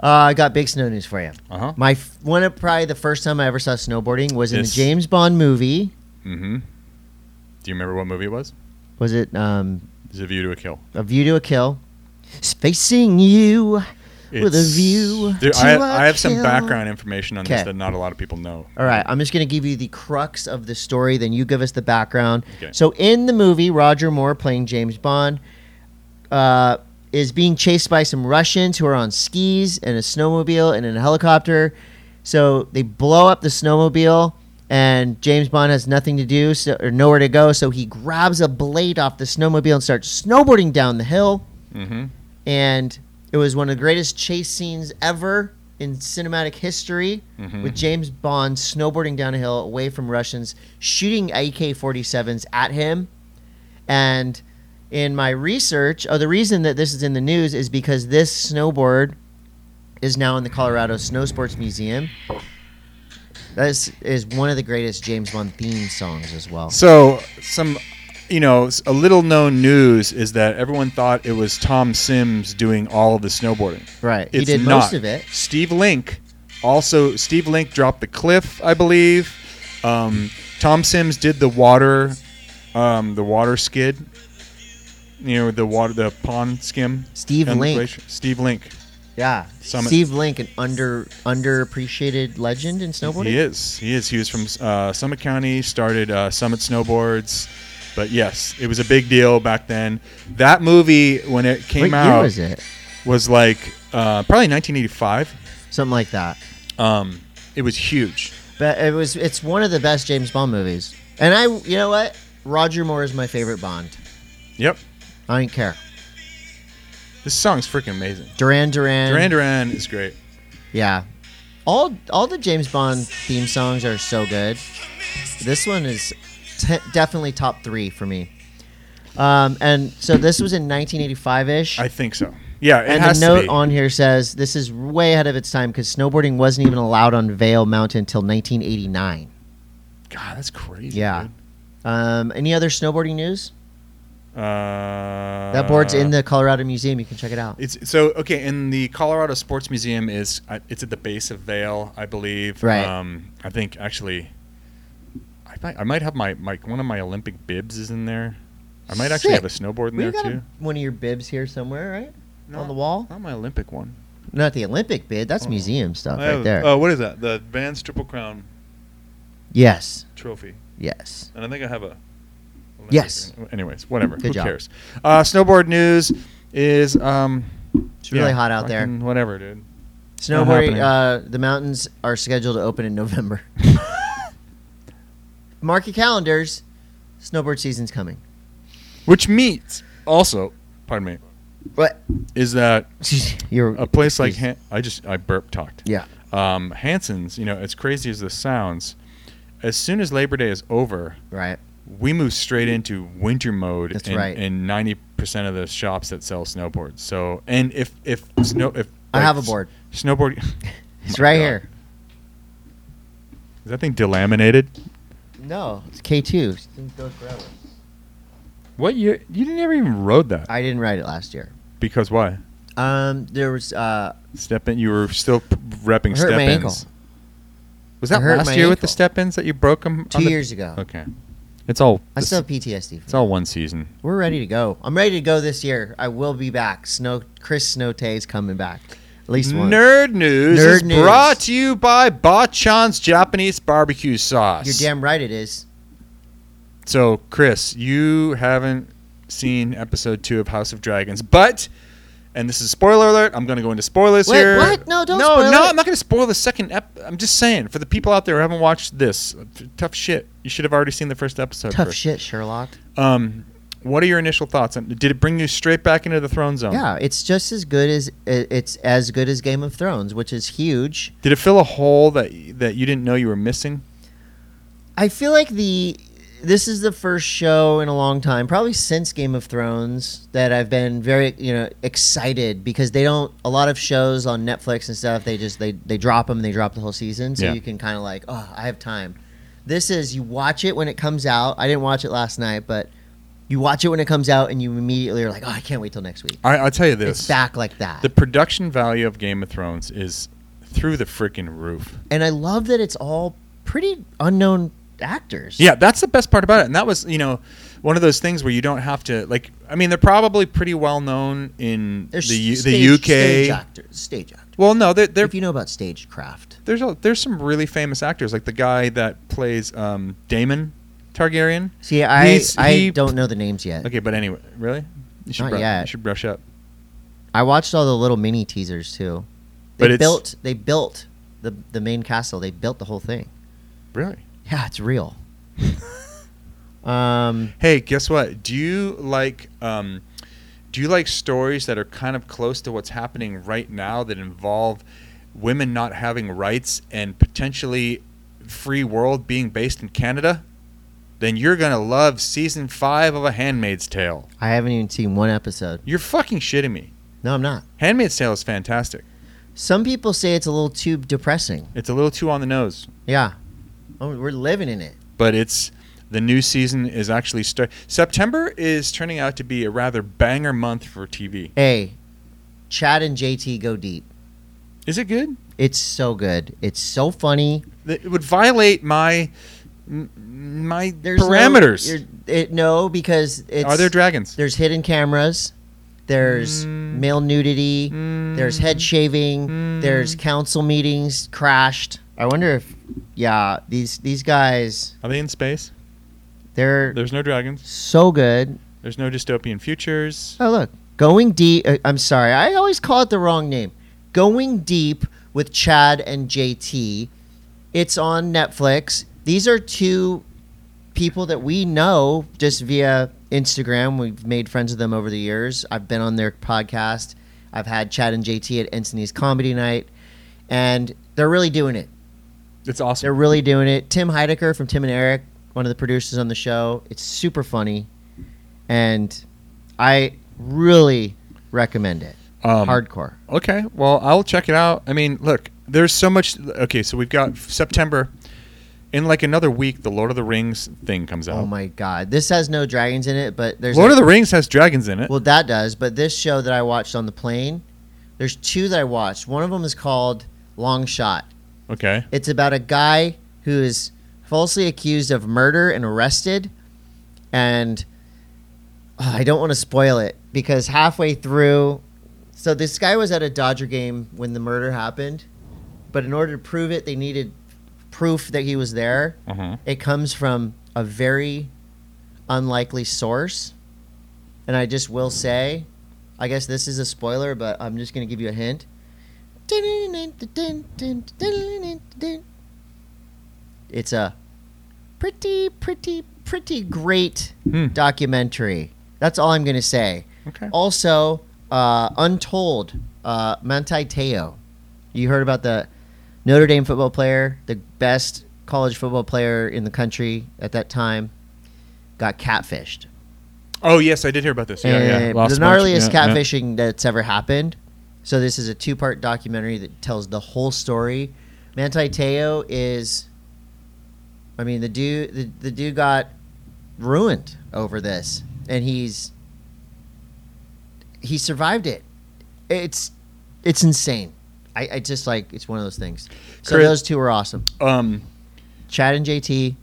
S1: Uh, I got big snow news for you.
S2: Uh huh.
S1: My f- one of probably the first time I ever saw snowboarding was in
S2: Yes.
S1: the James Bond movie.
S2: Mm-hmm. Do you remember what movie it was?
S1: Was it um,
S2: It's a View to a Kill.
S1: A View to a Kill? It's Facing you. With a
S2: It's-
S1: view
S2: Dude,
S1: to
S2: I,
S1: a
S2: I have some
S1: kill.
S2: background information on this
S1: Okay.
S2: that not a lot of people know.
S1: All right, I'm just going to give you the crux of the story, then you give us the background.
S2: Okay.
S1: So, in the movie, Roger Moore, playing James Bond, uh, is being chased by some Russians who are on skis and a snowmobile and in a helicopter. So, they blow up the snowmobile, and James Bond has nothing to do so, or nowhere to go. So, he grabs a blade off the snowmobile and starts snowboarding down the hill
S2: Mm-hmm.
S1: and it was one of the greatest chase scenes ever in cinematic history with James Bond snowboarding down a hill away from Russians, shooting AK 47s at him. And in my research, oh, the reason that this is in the news is because this snowboard is now in the Colorado Snow Sports Museum. This is one of the greatest James Bond theme songs as well.
S2: So some, you know, s- a little known news is that everyone thought it was Tom Sims doing all of the snowboarding.
S1: Right.
S2: It's
S1: he did
S2: not.
S1: most of it.
S2: Steve Link, also Steve Link dropped the cliff, I believe. Um, Tom Sims did the water, um, the water skid. You know the water, the pond skim.
S1: Steve
S2: and the
S1: Link.
S2: glacier. Steve Link.
S1: Yeah,
S2: Summit.
S1: Steve Link, an under underappreciated legend in snowboarding.
S2: He is. He is. He was from uh, Summit County. Started uh, Summit Snowboards. But yes, it was a big deal back then. That movie when it came
S1: what
S2: out
S1: year was it?
S2: was like uh, probably 1985.
S1: Something like that.
S2: Um, it was huge.
S1: But it was. It's one of the best James Bond movies. And I, you know what? Roger Moore is my favorite Bond.
S2: Yep.
S1: I don't care.
S2: This song's freaking amazing.
S1: Duran Duran.
S2: Duran Duran is great.
S1: Yeah. All all the James Bond theme songs are so good. This one is te- definitely top three for me. Um, and so this was in 1985 ish.
S2: I think so. Yeah, it
S1: And
S2: has
S1: the note
S2: to be.
S1: on here says this is way ahead of its time because snowboarding wasn't even allowed on Vale Mountain until 1989.
S2: God, that's crazy.
S1: Yeah. Um, any other snowboarding news?
S2: dude. Uh,
S1: That board's in the Colorado Museum. You can check it out.
S2: It's so okay. And the Colorado Sports Museum is uh, it's at the base of Vale, I believe.
S1: Right.
S2: Um, I think actually, I might I might have my my one of my Olympic bibs is in there. I might actually have a snowboard in
S1: We
S2: there
S1: got a-
S2: too.
S1: one of your bibs here somewhere, right?
S2: No.
S1: On the wall?
S2: Not my Olympic one.
S1: Not the Olympic bib. That's museum stuff
S2: I
S1: right
S2: have-
S1: there.
S2: Oh, what is that? The Vans Triple Crown
S1: Yes.
S2: trophy.
S1: Yes.
S2: And I think I have a.
S1: Yes.
S2: Anyways, whatever.
S1: Good
S2: Who
S1: job.
S2: cares? Uh, snowboard news is. Um,
S1: It's really hot out there.
S2: fucking Whatever, dude. not
S1: Snowboarding,
S2: happening.
S1: uh, the mountains are scheduled to open in November. Mark your calendars. Snowboard season's coming.
S2: Which means also, pardon me,
S1: What?
S2: is that
S1: You're
S2: a place like
S1: excuse-
S2: Han- I just I burp talked.
S1: Yeah.
S2: Um, Hanson's, you know, as crazy as this sounds, as soon as Labor Day is over,
S1: Right.
S2: we move straight into winter mode
S1: That's
S2: in,
S1: right.
S2: in 90% of the shops that sell snowboards. So, and if if snow if
S1: I have a
S2: s-
S1: board.
S2: Snowboard Oh
S1: It's
S2: My
S1: right
S2: God.
S1: here.
S2: Is that thing delaminated?
S1: No, it's K two. Things go forever.
S2: What year? You never even rode that.
S1: I didn't write it last year.
S2: Because why?
S1: Um, there was uh,
S2: Step in. You were still p- repping
S1: I
S2: step
S1: hurt my
S2: ins.
S1: ankle.
S2: Was
S1: I
S2: that
S1: hurt
S2: last
S1: my
S2: year with the
S1: ankle.
S2: step ins that you broke them?
S1: two years ago.
S2: Okay. It's all.
S1: I
S2: it's-
S1: still have PTSD.
S2: It's all one season.
S1: We're ready to go. I'm ready to go this year. I will be back. Snow Chris Snowtay's coming back. At least once.
S2: Nerd news
S1: Nerd
S2: is
S1: news.
S2: brought to you by Bachan's Japanese barbecue sauce.
S1: You're damn right it is.
S2: So, Chris, you haven't seen episode two of House of Dragons, but, and this is spoiler alert. I'm going to go into spoilers
S1: Wait,
S2: here.
S1: what? No, don't
S2: No,
S1: spoil
S2: no,
S1: it.
S2: I'm not going to spoil the second. Ep- I'm just saying for the people out there who haven't watched this, t- tough shit. You should have already seen the first episode.
S1: Tough
S2: first.
S1: shit, Sherlock.
S2: Um, what are your initial thoughts? on Did it bring you straight back into the throne zone?
S1: Yeah, it's just as good as i- it's as good as Game of Thrones, which is huge.
S2: Did it fill a hole that that you didn't know you were missing?
S1: I feel like the this is the first show in a long time, probably since Game of Thrones, that I've been very you know excited because they don't a lot of shows on Netflix and stuff. They just they they drop them, they drop the whole season, so
S2: Yeah.
S1: you can kind of like oh I have time. This is you watch it when it comes out. I didn't watch it last night, but you watch it when it comes out, and you immediately are like oh I can't wait till next week.
S2: I, I'll tell you
S1: It's
S2: this:
S1: back like that.
S2: the production value of Game of Thrones is through the freaking roof.
S1: and I love that it's all pretty unknown actors.
S2: Yeah, that's the best part about it. And that was, you know, one of those things where you don't have to like. I mean, they're probably pretty well known in
S1: There's
S2: the U-
S1: stage,
S2: the UK.
S1: stage actors, stage actors.
S2: Well, no, they're, they're
S1: If you know about stagecraft,
S2: there's a, there's some really famous actors like the guy that plays um, Damon Targaryen.
S1: see, I
S2: He's-
S1: I
S2: he-
S1: don't know the names yet.
S2: Okay, but anyway, really, you should
S1: Not
S2: brush,
S1: yet.
S2: you should brush up.
S1: I watched all the little mini teasers too. They
S2: But it's-
S1: built they built the the main castle. They built the whole thing.
S2: Really?
S1: Yeah, it's real. um,
S2: Hey, guess what? Do you like um, do you like stories that are kind of close to what's happening right now that involve women not having rights and potentially free world being based in Canada? Then you're gonna love season five of A Handmaid's Tale.
S1: I haven't even seen one episode.
S2: You're fucking shitting me.
S1: No, I'm not.
S2: Handmaid's Tale is fantastic.
S1: Some people say it's a little too depressing.
S2: It's a little too on the nose.
S1: Yeah, oh, we're living in it.
S2: but it's the new season is actually start. September is turning out to be a rather banger month for TV.
S1: Hey, Chad and JT go deep.
S2: Is it good?
S1: It's so good. It's so funny.
S2: It would violate my m- my
S1: There's no-
S2: parameters.
S1: you're- it, no, because it's
S2: Are there dragons?
S1: there's hidden cameras. There's
S2: Mm.
S1: male nudity. There's head shaving.
S2: Mm.
S1: There's council meetings crashed. I wonder if, yeah, these these guys
S2: Are they in space?
S1: they're
S2: There's no dragons.
S1: so good.
S2: There's no dystopian futures.
S1: Oh look, going deep. Uh, I'm sorry, I always call it the wrong name. Going deep with Chad and JT. It's on Netflix. These are two people that we know just via Instagram. We've made friends with them over the years. I've been on their podcast. I've had Chad and JT at Encinity's Comedy Night, and they're really doing it.
S2: It's awesome.
S1: They're really doing it. Tim Heidecker from Tim and Eric, one of the producers on the show. It's super funny, and I really recommend it.
S2: Um,
S1: Hardcore.
S2: Okay, well, I'll check it out. I mean, look, there's so much. Okay, so we've got September. In like another week, the Lord of the Rings thing comes out.
S1: Oh my god, this has no dragons in it, but there's
S2: Lord
S1: a-
S2: of the Rings has dragons in it.
S1: Well, that does. But this show that I watched on the plane, there's two that I watched. One of them is called Long Shot.
S2: Okay.
S1: It's about a guy who is falsely accused of murder and arrested. And ugh, I don't want to spoil it because halfway through, so this guy was at a Dodger game when the murder happened. But in order to prove it, they needed proof that he was there.
S2: Uh-huh.
S1: It comes from a very unlikely source. And I just will say, I guess this is a spoiler, but I'm just going to give you a hint. It's a pretty, pretty, pretty great
S2: Hmm.
S1: documentary. That's all I'm going to say.
S2: Okay.
S1: Oh. Also, uh, Untold, uh, Manti Te'o. You heard about the Notre Dame football player, the best college football player in the country at that time, got catfished.
S2: Oh yes, I did hear about this. Yeah, yeah.
S1: And Eh, Uh, the gnarliest catfishing that's ever happened. So this is a two-part documentary that tells the whole story. Manti Te'o is, I mean, the dude, the, the dude got ruined over this, and he's he survived it. It's it's insane. I, I just like it's one of those things. So
S2: Chris-
S1: those two are awesome.
S2: Um,
S1: Chad and JT,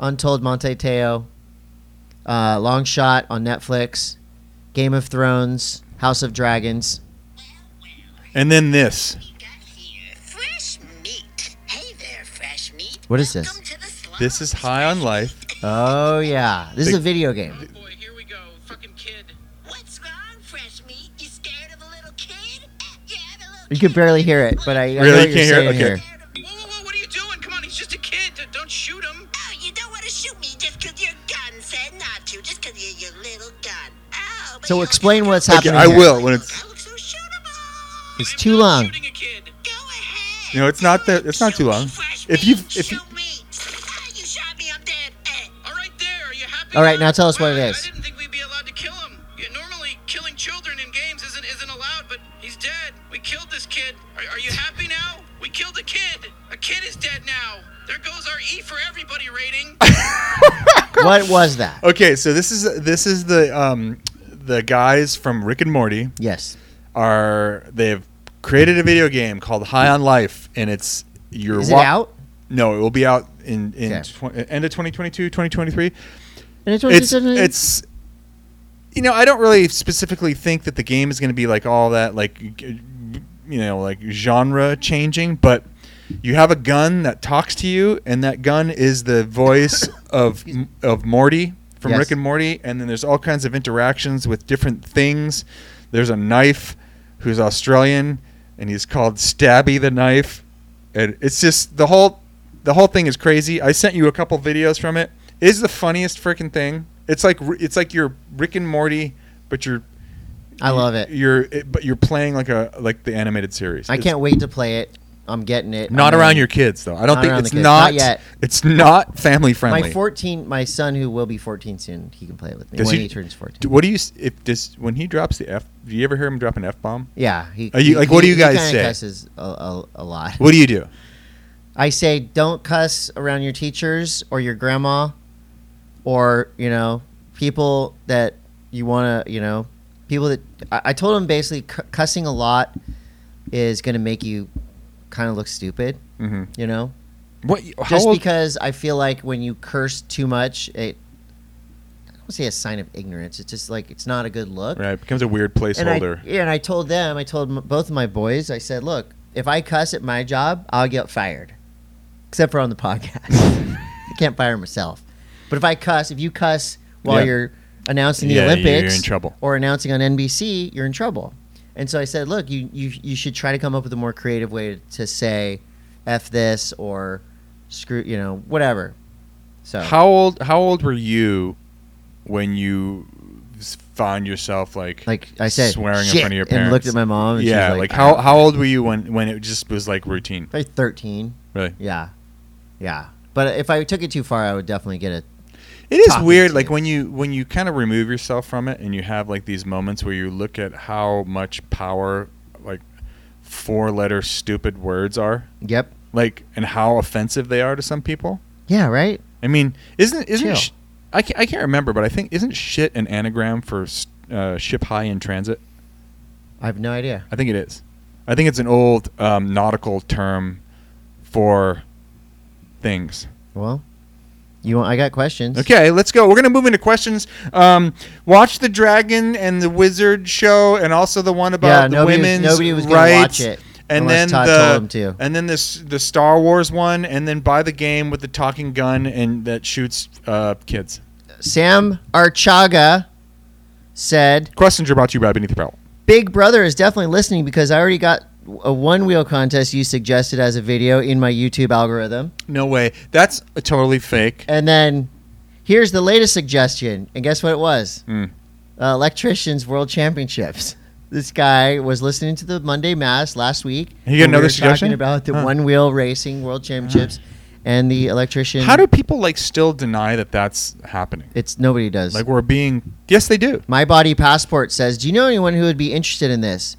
S1: Untold Monte Teo, uh, Long Shot on Netflix, Game of Thrones, House of Dragons.
S2: and then this.
S4: got here. Fresh meat. Hey there, fresh meat.
S1: What is this?
S4: Welcome to the slums.
S2: This is high on life.
S1: Oh yeah, this is a video game.
S5: boy, here we go. Fucking kid.
S4: What's wrong, fresh meat? You scared of a little kid? Yeah, I'm a little
S1: You could
S4: kid.
S1: barely hear it, but I, I know
S2: Really?
S1: what
S2: You
S1: you're
S2: can't hear it?
S1: saying
S2: Okay.
S1: here.
S4: Scared of-
S5: Whoa, whoa, whoa, what are you doing? Come on, he's just a kid. D- Don't shoot him.
S4: Oh, you don't want to shoot me just 'cause your gun said not to, just 'cause you're your little gun. Oh, but
S1: So
S4: you-
S1: explain what's
S2: Okay,
S1: happening.
S2: I
S1: here.
S2: will when it's.
S4: I look so shootable.
S1: It's
S5: I am
S1: too
S5: not
S1: long.
S5: Shooting a kid.
S4: Go ahead.
S2: No, it's not that. It's not too
S4: Shoot
S2: long.
S4: me, fresh
S2: If
S4: meat.
S2: you've, if you,
S4: shoot me. Ah, you shot me
S1: All right, now tell us what it
S5: Well, I- I
S1: is.
S5: didn't think we'd be allowed to kill him. Yeah, normally, killing children in games isn't isn't allowed, but he's dead. We killed this kid. Are, are you happy now? We killed a kid. A kid is dead now. There goes our E for everybody rating.
S1: What was that?
S2: Okay, so this is this is the um, the guys from Rick and Morty
S1: Yes.
S2: are they've created a video game called High on Life, and it's you're
S1: Is it
S2: wa-
S1: out?
S2: No, it will be out in in
S1: Okay. Oh,
S2: twen- end of 2022, 2023.
S1: And it's,
S2: It's it's you know I don't really specifically think that the game is going to be like all that like you know like genre changing, but you have a gun that talks to you, and that gun is the voice of of Morty from
S1: Yes.
S2: Rick and Morty, and then there's all kinds of interactions with different things. There's a knife who's Australian, and he's called Stabby the Knife, and it's just the whole the whole thing is crazy. I sent you a couple videos from it. It is the funniest freaking thing. It's like it's like you're Rick and Morty, but you're
S1: I love it.
S2: you're it, but you're playing like a like the animated series.
S1: I
S2: It's
S1: can't wait to play it. I'm getting it.
S2: Not
S1: I'm
S2: around
S1: in.
S2: your kids though. I don't
S1: Not
S2: think
S1: around
S2: it's
S1: the kids.
S2: not.
S1: Not yet.
S2: It's not family friendly.
S1: My 14, my son who will be 14 soon, he can play it with me
S2: Does
S1: when
S2: he-
S1: he, turns 14.
S2: Do- what do you s- if does when he drops the f? Do you ever hear him drop an f bomb?
S1: yeah. He,
S2: Are you-
S1: he-
S2: like, what do
S1: he-
S2: you guys
S1: he kinda
S2: say?
S1: cusses a, a, a lot.
S2: What do you do?
S1: I say don't cuss around your teachers or your grandma or, you know, people that you want to, you know, people that I, I told him basically cu- cussing a lot is going to make you kind of look stupid,
S2: Mm-hmm.
S1: you know?
S2: What? How
S1: Just
S2: old?
S1: because I feel like when you curse too much, it I don't say a sign of ignorance. It's just like it's not a good look.
S2: right, it becomes a weird
S1: And I,
S2: placeholder.
S1: yeah, and I told them, I told m- both of my boys, I said, look, if I cuss at my job, I'll get fired, except for on the podcast. I can't fire myself. But if I cuss, if you cuss while
S2: Yeah.
S1: you're announcing the
S2: Yeah, you're-
S1: Olympics,
S2: you're in trouble.
S1: or announcing on NBC, you're in trouble. And so I said, look, you you, you should try to come up with a more creative way to say f this or screw, you know, whatever. So
S2: How old? How old were you when you s- found yourself like
S1: like oh, I said,
S2: swearing
S1: shit,
S2: in front of your parents?
S1: and looked at my mom. And she
S2: yeah,
S1: was
S2: like, how how old were you when when it just was like routine?
S1: Probably thirteen.
S2: Really,
S1: Yeah, yeah. But if I took it too far, I would definitely get it.
S2: it is
S1: Talking
S2: weird.
S1: to
S2: Like
S1: you.
S2: when you when you kind of remove yourself from it and you have like these moments where you look at how much power like four letter stupid words are
S1: Yep.
S2: like and how offensive they are to some people.
S1: Yeah. Right.
S2: I mean, isn't
S1: Chill.
S2: isn't sh- I can't, I can't remember, but I think isn't shit an anagram for s- uh, ship high in transit?
S1: I have no idea.
S2: I think it is. I think it's an old um, nautical term for things.
S1: Well, you want? I got questions.
S2: Okay, let's go. We're gonna move into questions. Um, watch the Dragon and the Wizard show, and also the one about
S1: Yeah.
S2: the
S1: Nobody. was-
S2: women's
S1: nobody was gonna
S2: rights.
S1: watch it.
S2: And
S1: unless
S2: then
S1: Todd
S2: the
S1: told him to.
S2: and then this the Star Wars one, and then buy the game with the talking gun and that shoots uh, kids.
S1: Sam Archaga said,
S2: Questions are brought to you by Beneath the Barrel.
S1: "Big Brother is definitely listening because I already got a one wheel contest you suggested as a video in my YouTube algorithm."
S2: No way. That's a totally fake.
S1: And then here's the latest suggestion. And guess what it was?
S2: Hmm.
S1: Uh, Electricians World Championships. This guy was listening to the Monday Mass last week.
S2: He got
S1: when
S2: another
S1: we were
S2: suggestion?
S1: talking about the
S2: Huh.
S1: one wheel racing World Championships and the electrician.
S2: How do people like still deny that that's happening?
S1: it's nobody does.
S2: Like we're being Yes, they do.
S1: My Body Passport says, Do you know anyone who would be interested in this?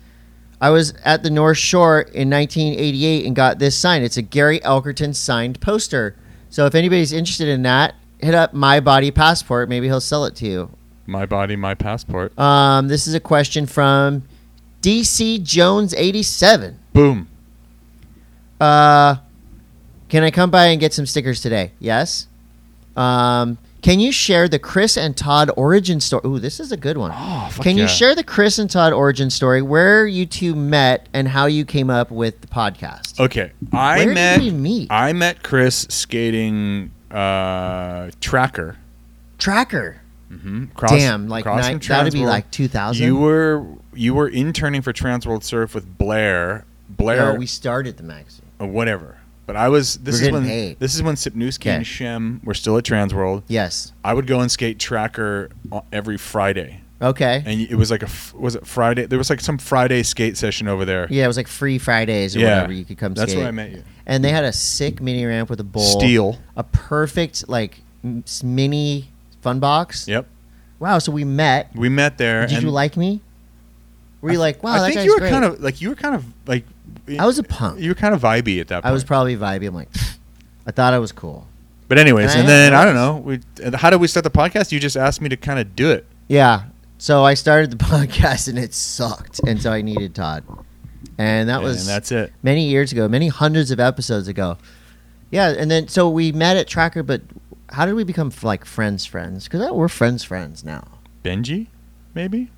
S1: I was at the North Shore in 1988 and got this sign. It's a Gary Elkerton signed poster. So if anybody's interested in that, hit up My Body Passport. Maybe he'll sell it to you.
S2: My body, my passport.
S1: Um, this is a question from DC Jones 87.
S2: Boom.
S1: Uh, can I come by and get some stickers today? Yes. Um, can you share the Chris and Todd origin story? Ooh, this is a good one.
S2: Oh, fuck
S1: can
S2: yeah.
S1: you share the Chris and Todd origin story, where you two met and how you came up with the podcast?
S2: Okay. Oh, I
S1: where
S2: met Uh,
S1: did we meet?
S2: I met Chris skating uh tracker.
S1: Tracker.
S2: Mm-hmm. Cross,
S1: Damn, like
S2: cross
S1: ni-
S2: from
S1: that would be
S2: Transworld.
S1: like 2000.
S2: You were you were interning for Transworld Surf with Blair. Blair
S1: No, we started the magazine.
S2: or whatever. But I was this
S1: We're
S2: is
S1: getting
S2: when
S1: paid.
S2: this is when Sipnewski
S1: Okay.
S2: and Shem were still at Transworld.
S1: Yes.
S2: I would go and skate tracker o- every Friday,
S1: Okay.
S2: and it was like a f- was it Friday? There was like some Friday skate session over there.
S1: yeah, it was like free Fridays or
S2: Yeah.
S1: whatever. You could come
S2: That's
S1: skate.
S2: where I met you.
S1: and they had a sick mini ramp with a bowl,
S2: Steel.
S1: a perfect like m- s- mini Funbox?
S2: Yep.
S1: Wow, so we met.
S2: We met there.
S1: Did
S2: and
S1: you like me? Were you like, wow,
S2: I
S1: that
S2: think
S1: guy's
S2: you were
S1: great?
S2: kind of like you were kind of like
S1: I was a punk.
S2: you were kind of vibey at that point.
S1: I was probably vibey. I'm like, I thought I was cool.
S2: But
S1: And
S2: anyways,
S1: I
S2: and then
S1: am
S2: I don't know. We and how did we start the podcast? You just asked me to kind of do it.
S1: Yeah. So I started the podcast and it sucked, and so I needed Todd, and that was
S2: and that's it.
S1: many years ago, many hundreds of episodes ago. Yeah, and then so we met at Tracker, but how did we become like friends, friends? Because we're friends, friends now.
S2: Benji, maybe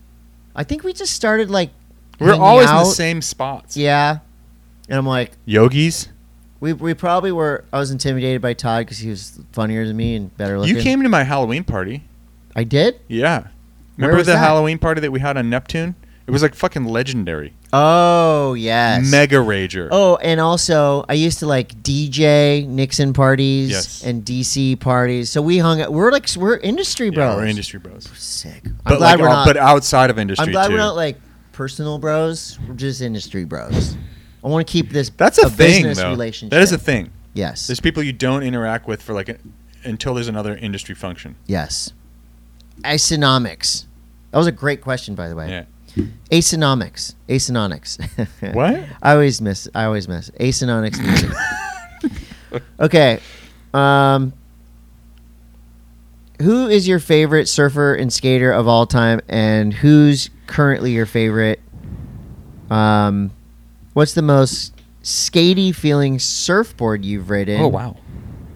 S1: I think we just started like
S2: we're
S1: hanging
S2: always in
S1: out.
S2: the same spots.
S1: Yeah, and I'm like,
S2: Yogis,
S1: we we probably were. I was intimidated by Todd because he was funnier than me and better looking.
S2: you came to my Halloween party.
S1: I did.
S2: Yeah,
S1: Where
S2: remember
S1: was
S2: the
S1: that?
S2: Halloween party that we had on Neptune? It was like fucking legendary,
S1: Oh yes.
S2: mega rager.
S1: Oh, and also I used to like DJ Nixon parties
S2: Yes.
S1: and DC parties. So we hung. out. We're like we're industry
S2: yeah,
S1: bros.
S2: we're industry bros.
S1: Sick.
S2: But
S1: I'm glad
S2: like,
S1: we're
S2: uh,
S1: not.
S2: but outside of industry
S1: I'm glad
S2: too.
S1: we're not like personal bros. We're just industry bros. I want to keep this.
S2: That's a, thing,
S1: business
S2: though.
S1: relationship.
S2: That is a thing.
S1: yes.
S2: There's people you don't interact with for like a, until there's another industry function.
S1: yes. Isonomics. That was a great question, by the way.
S2: Yeah.
S1: Asonomics. Asonomics.
S2: What?
S1: I always miss. I always miss. Asonomics music. okay. Um, who is your favorite surfer and skater of all time, and who's currently your favorite? Um, what's the most skatey feeling surfboard you've ridden?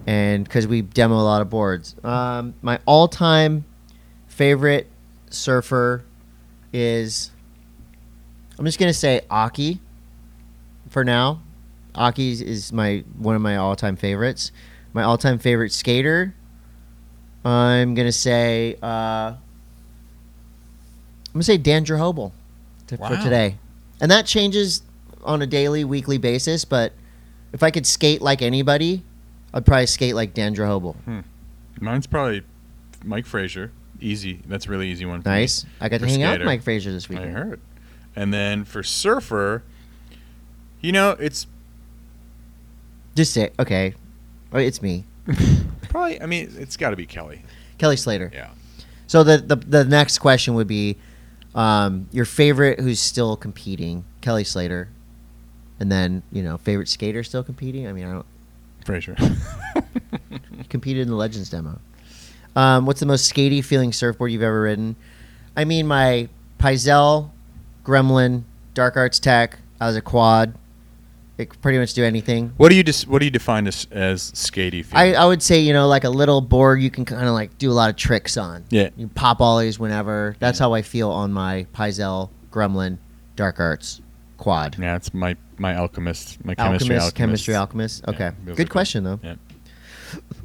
S1: And because we demo a lot of boards, um, my all-time favorite surfer is I'm just gonna say Aki for now. Aki's is my one of my all-time favorites. My all-time favorite skater. I'm gonna say uh, I'm gonna say Dan Hobel to, for
S2: Wow.
S1: today, and that changes on a daily, weekly basis. But if I could skate like anybody, I'd probably skate like Dan Hobel.
S2: Hmm. Mine's probably Mike Frazier. Easy. That's a really easy one. for me.
S1: Nice. I got to
S2: For
S1: hang out with
S2: skater.
S1: Mike Frazier this
S2: I
S1: weekend.
S2: heard. And then for surfer, you know, it's
S1: Just say okay. Oh, It's me,
S2: probably. I mean, it's got to be Kelly.
S1: Kelly Slater.
S2: Yeah.
S1: So the, the the next question would be, um, your favorite who's still competing, Kelly Slater, and then you know favorite skater still competing. I mean, I don't
S2: Frazier.
S1: competed in the Legends demo. Um, what's the most skatey feeling surfboard you've ever ridden? I mean, my Pizel, Gremlin, Dark Arts Tech. I was a quad. It could pretty much do anything.
S2: what do you dis- What do you define as as skatey?
S1: I,
S2: Feeling?
S1: I would say you know like a little board you can kind of like do a lot of tricks on.
S2: Yeah.
S1: You pop ollies whenever. That's how I feel on my Pizel Gremlin Dark Arts quad.
S2: yeah, it's my my alchemist, my chemistry alchemist.
S1: chemistry alchemist.
S2: Yeah,
S1: Okay,
S2: those are
S1: good
S2: cool.
S1: question though.
S2: Yeah.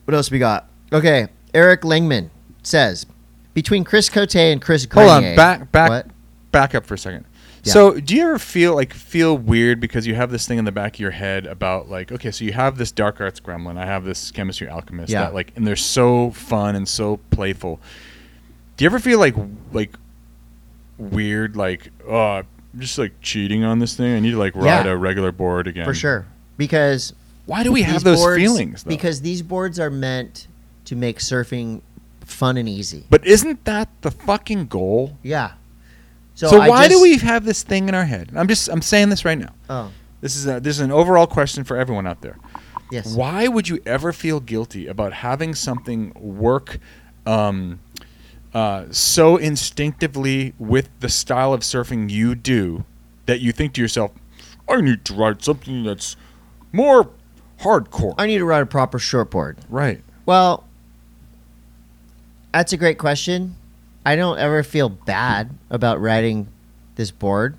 S1: What else we got? Okay, Eric Langman says between Chris Cote and Chris
S2: Hold
S1: Grenier.
S2: on, back back
S1: What?
S2: back up for a second.
S1: Yeah.
S2: So, do you ever feel like feel weird because you have this thing in the back of your head about like, okay, so you have this dark arts gremlin, I have this chemistry alchemist,
S1: Yeah.
S2: that like, and they're so fun and so playful. Do you ever feel like like weird, like oh, I'm just like cheating on this thing? I need to like
S1: Yeah.
S2: ride a regular board again
S1: for sure because
S2: Why do we
S1: these
S2: have those
S1: boards-
S2: feelings? Though?
S1: Because these boards are meant to make surfing fun and easy.
S2: but isn't that the fucking goal?
S1: Yeah.
S2: So,
S1: I
S2: why do
S1: just-
S2: we have this thing in our head? I'm just I'm saying this right now.
S1: Oh
S2: This is a, this is an overall question for everyone out there.
S1: yes.
S2: Why would you ever feel guilty about having something work um, uh, so instinctively with the style of surfing you do that you think to yourself, I need to ride something that's more hardcore?
S1: I need to ride a proper shortboard.
S2: right.
S1: Well, that's a great question. I don't ever feel bad about riding this board.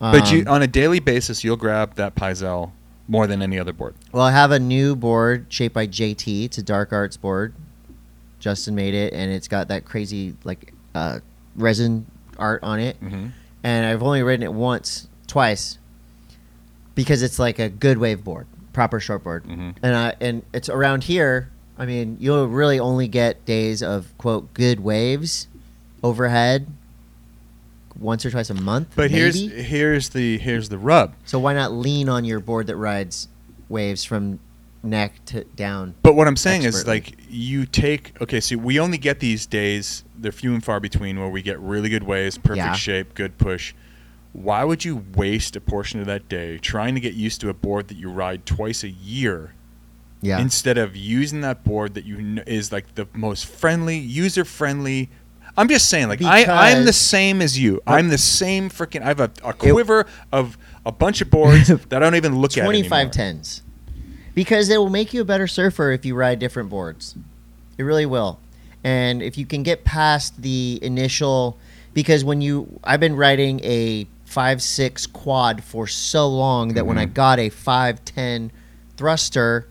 S2: But you,
S1: Um,
S2: on a daily basis, you'll grab that Pizel more than any other board.
S1: well, I have a new board shaped by JT. It's a dark arts board. Justin made it, and it's got that crazy like uh, resin art on it.
S2: Mm-hmm.
S1: And I've only ridden it once, twice, because it's like a good wave board, proper shortboard.
S2: Mhm.
S1: and I and it's around here. I mean, you'll really only get days of quote good waves overhead once or twice a month.
S2: But here's
S1: maybe.
S2: here's the here's the rub.
S1: so why not lean on your board that rides waves from neck to down.
S2: But what I'm saying is,
S1: Expertly.
S2: like, you take okay. See, we only get these days; they're few and far between, where we get really good waves, perfect
S1: Yeah.
S2: shape, good push. Why would you waste a portion of that day trying to get used to a board that you ride twice a year
S1: Yeah.
S2: instead of using that board that you kn- is like the most friendly, user friendly? I'm just saying, like, I, I'm the
S1: Because-
S2: same as you. I'm the same freaking. I have a, a quiver of a bunch of boards that I don't even look at. anymore.
S1: 25 tens. Because it will make you a better surfer if you ride different boards. It really will. And if you can get past the initial because when you I've been riding a 5 6 quad for so long that
S2: Mm-hmm.
S1: when I got a 5 10 thruster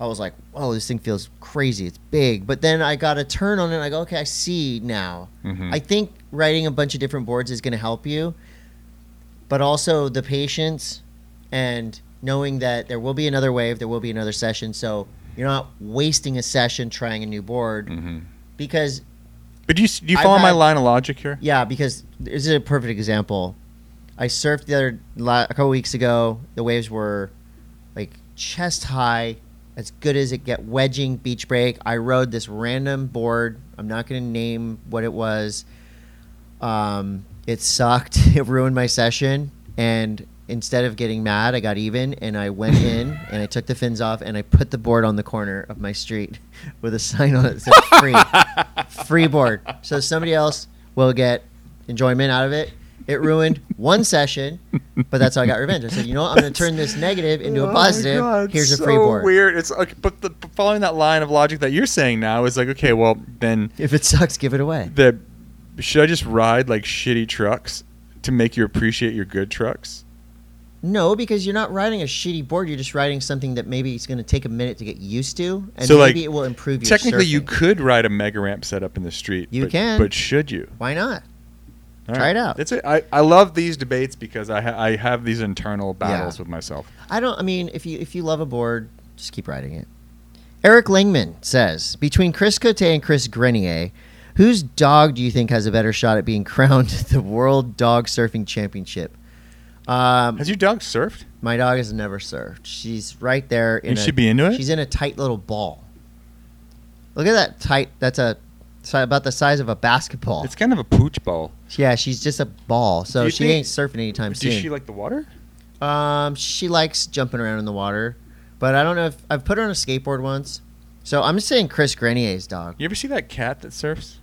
S1: I was like, "Oh, this thing feels crazy. It's big." But then I got a turn on it and I go, "Okay, I see now."
S2: Mm-hmm. Hmm.
S1: I think riding a bunch of different boards is going to help you, but also the patience and knowing that there will be another wave, there will be another session. So you're not wasting a session trying a new
S2: Hmm.
S1: board
S2: Mm-hmm.
S1: because,
S2: But do you s- do you
S1: I've
S2: follow my
S1: had-
S2: line of logic here?
S1: yeah, because this is a perfect example. I surfed the other la- a couple weeks ago. The waves were like chest high, as good as it get wedging beach break. I rode this random board. I'm not going to name what it was. Um, it sucked. It ruined my session. And instead of getting mad, I got even and I went in and I took the fins off and I put the board on the corner of my street with a sign on it that said free. free board. So somebody else will get enjoyment out of it. It ruined one session, but that's how I got revenge. I said, you know what? I'm going to turn this negative
S2: Oh
S1: into a positive. Here's a free board.
S2: Weird. It's like, but the, but following that line of logic that you're saying now is like, okay, well then
S1: If it sucks, give it away.
S2: the should I just ride like shitty trucks to make you appreciate your good trucks?
S1: No, because you're not riding a shitty board. You're just riding something that maybe it's going to take a minute to get used to, and
S2: So, like,
S1: maybe it will improve your.
S2: Technically, you
S1: surfing.
S2: could ride a mega ramp set up in the street.
S1: You
S2: but,
S1: can.
S2: but should you?
S1: Why not?
S2: All
S1: Try it out.
S2: That's it. I, I love these debates because I ha- I have these internal battles with myself.
S1: I don't. I mean, if you if you love a board, just keep riding it. Eric Langman says between Chris Cote and Chris Grenier, whose dog do you think has a better shot at being crowned the World Dog Surfing Championship? Um,
S2: Has your dog surfed?
S1: my dog has never surfed. She's right there. In
S2: And
S1: a-
S2: she'd be into it?
S1: She's in a tight little ball. Look at that tight. That's a si- about the size of a basketball.
S2: It's kind of a pooch ball.
S1: Yeah, she's just a ball,
S2: Do
S1: so
S2: you
S1: she
S2: think-
S1: ain't surfing anytime
S2: Does
S1: soon.
S2: she like the water?
S1: um, she likes jumping around in the water, but I don't know if I've put her on a skateboard once. So I'm just saying Chris Grenier's dog.
S2: You ever see that cat that surfs?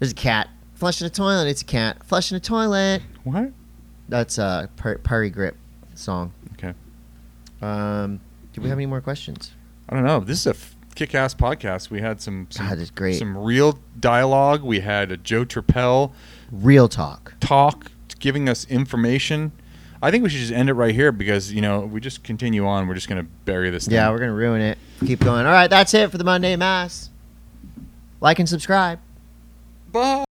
S1: There's a cat flushing a toilet. It's a cat flushing a toilet.
S2: What?
S1: That's a per- Perry Grip song.
S2: Okay. Hmm.
S1: Um, do we have any more questions?
S2: I don't know. This is a f- kick-ass podcast. We had some some,
S1: God, it's great.
S2: some real dialogue. We had a Joe Trappell
S1: Real talk.
S2: talk, giving us information. I think we should just end it right here because you know we just continue on. We're just gonna bury this.
S1: Yeah,
S2: thing.
S1: we're gonna ruin it. Keep going. All right, that's it for the Monday Mass. Like and subscribe.
S2: Bye.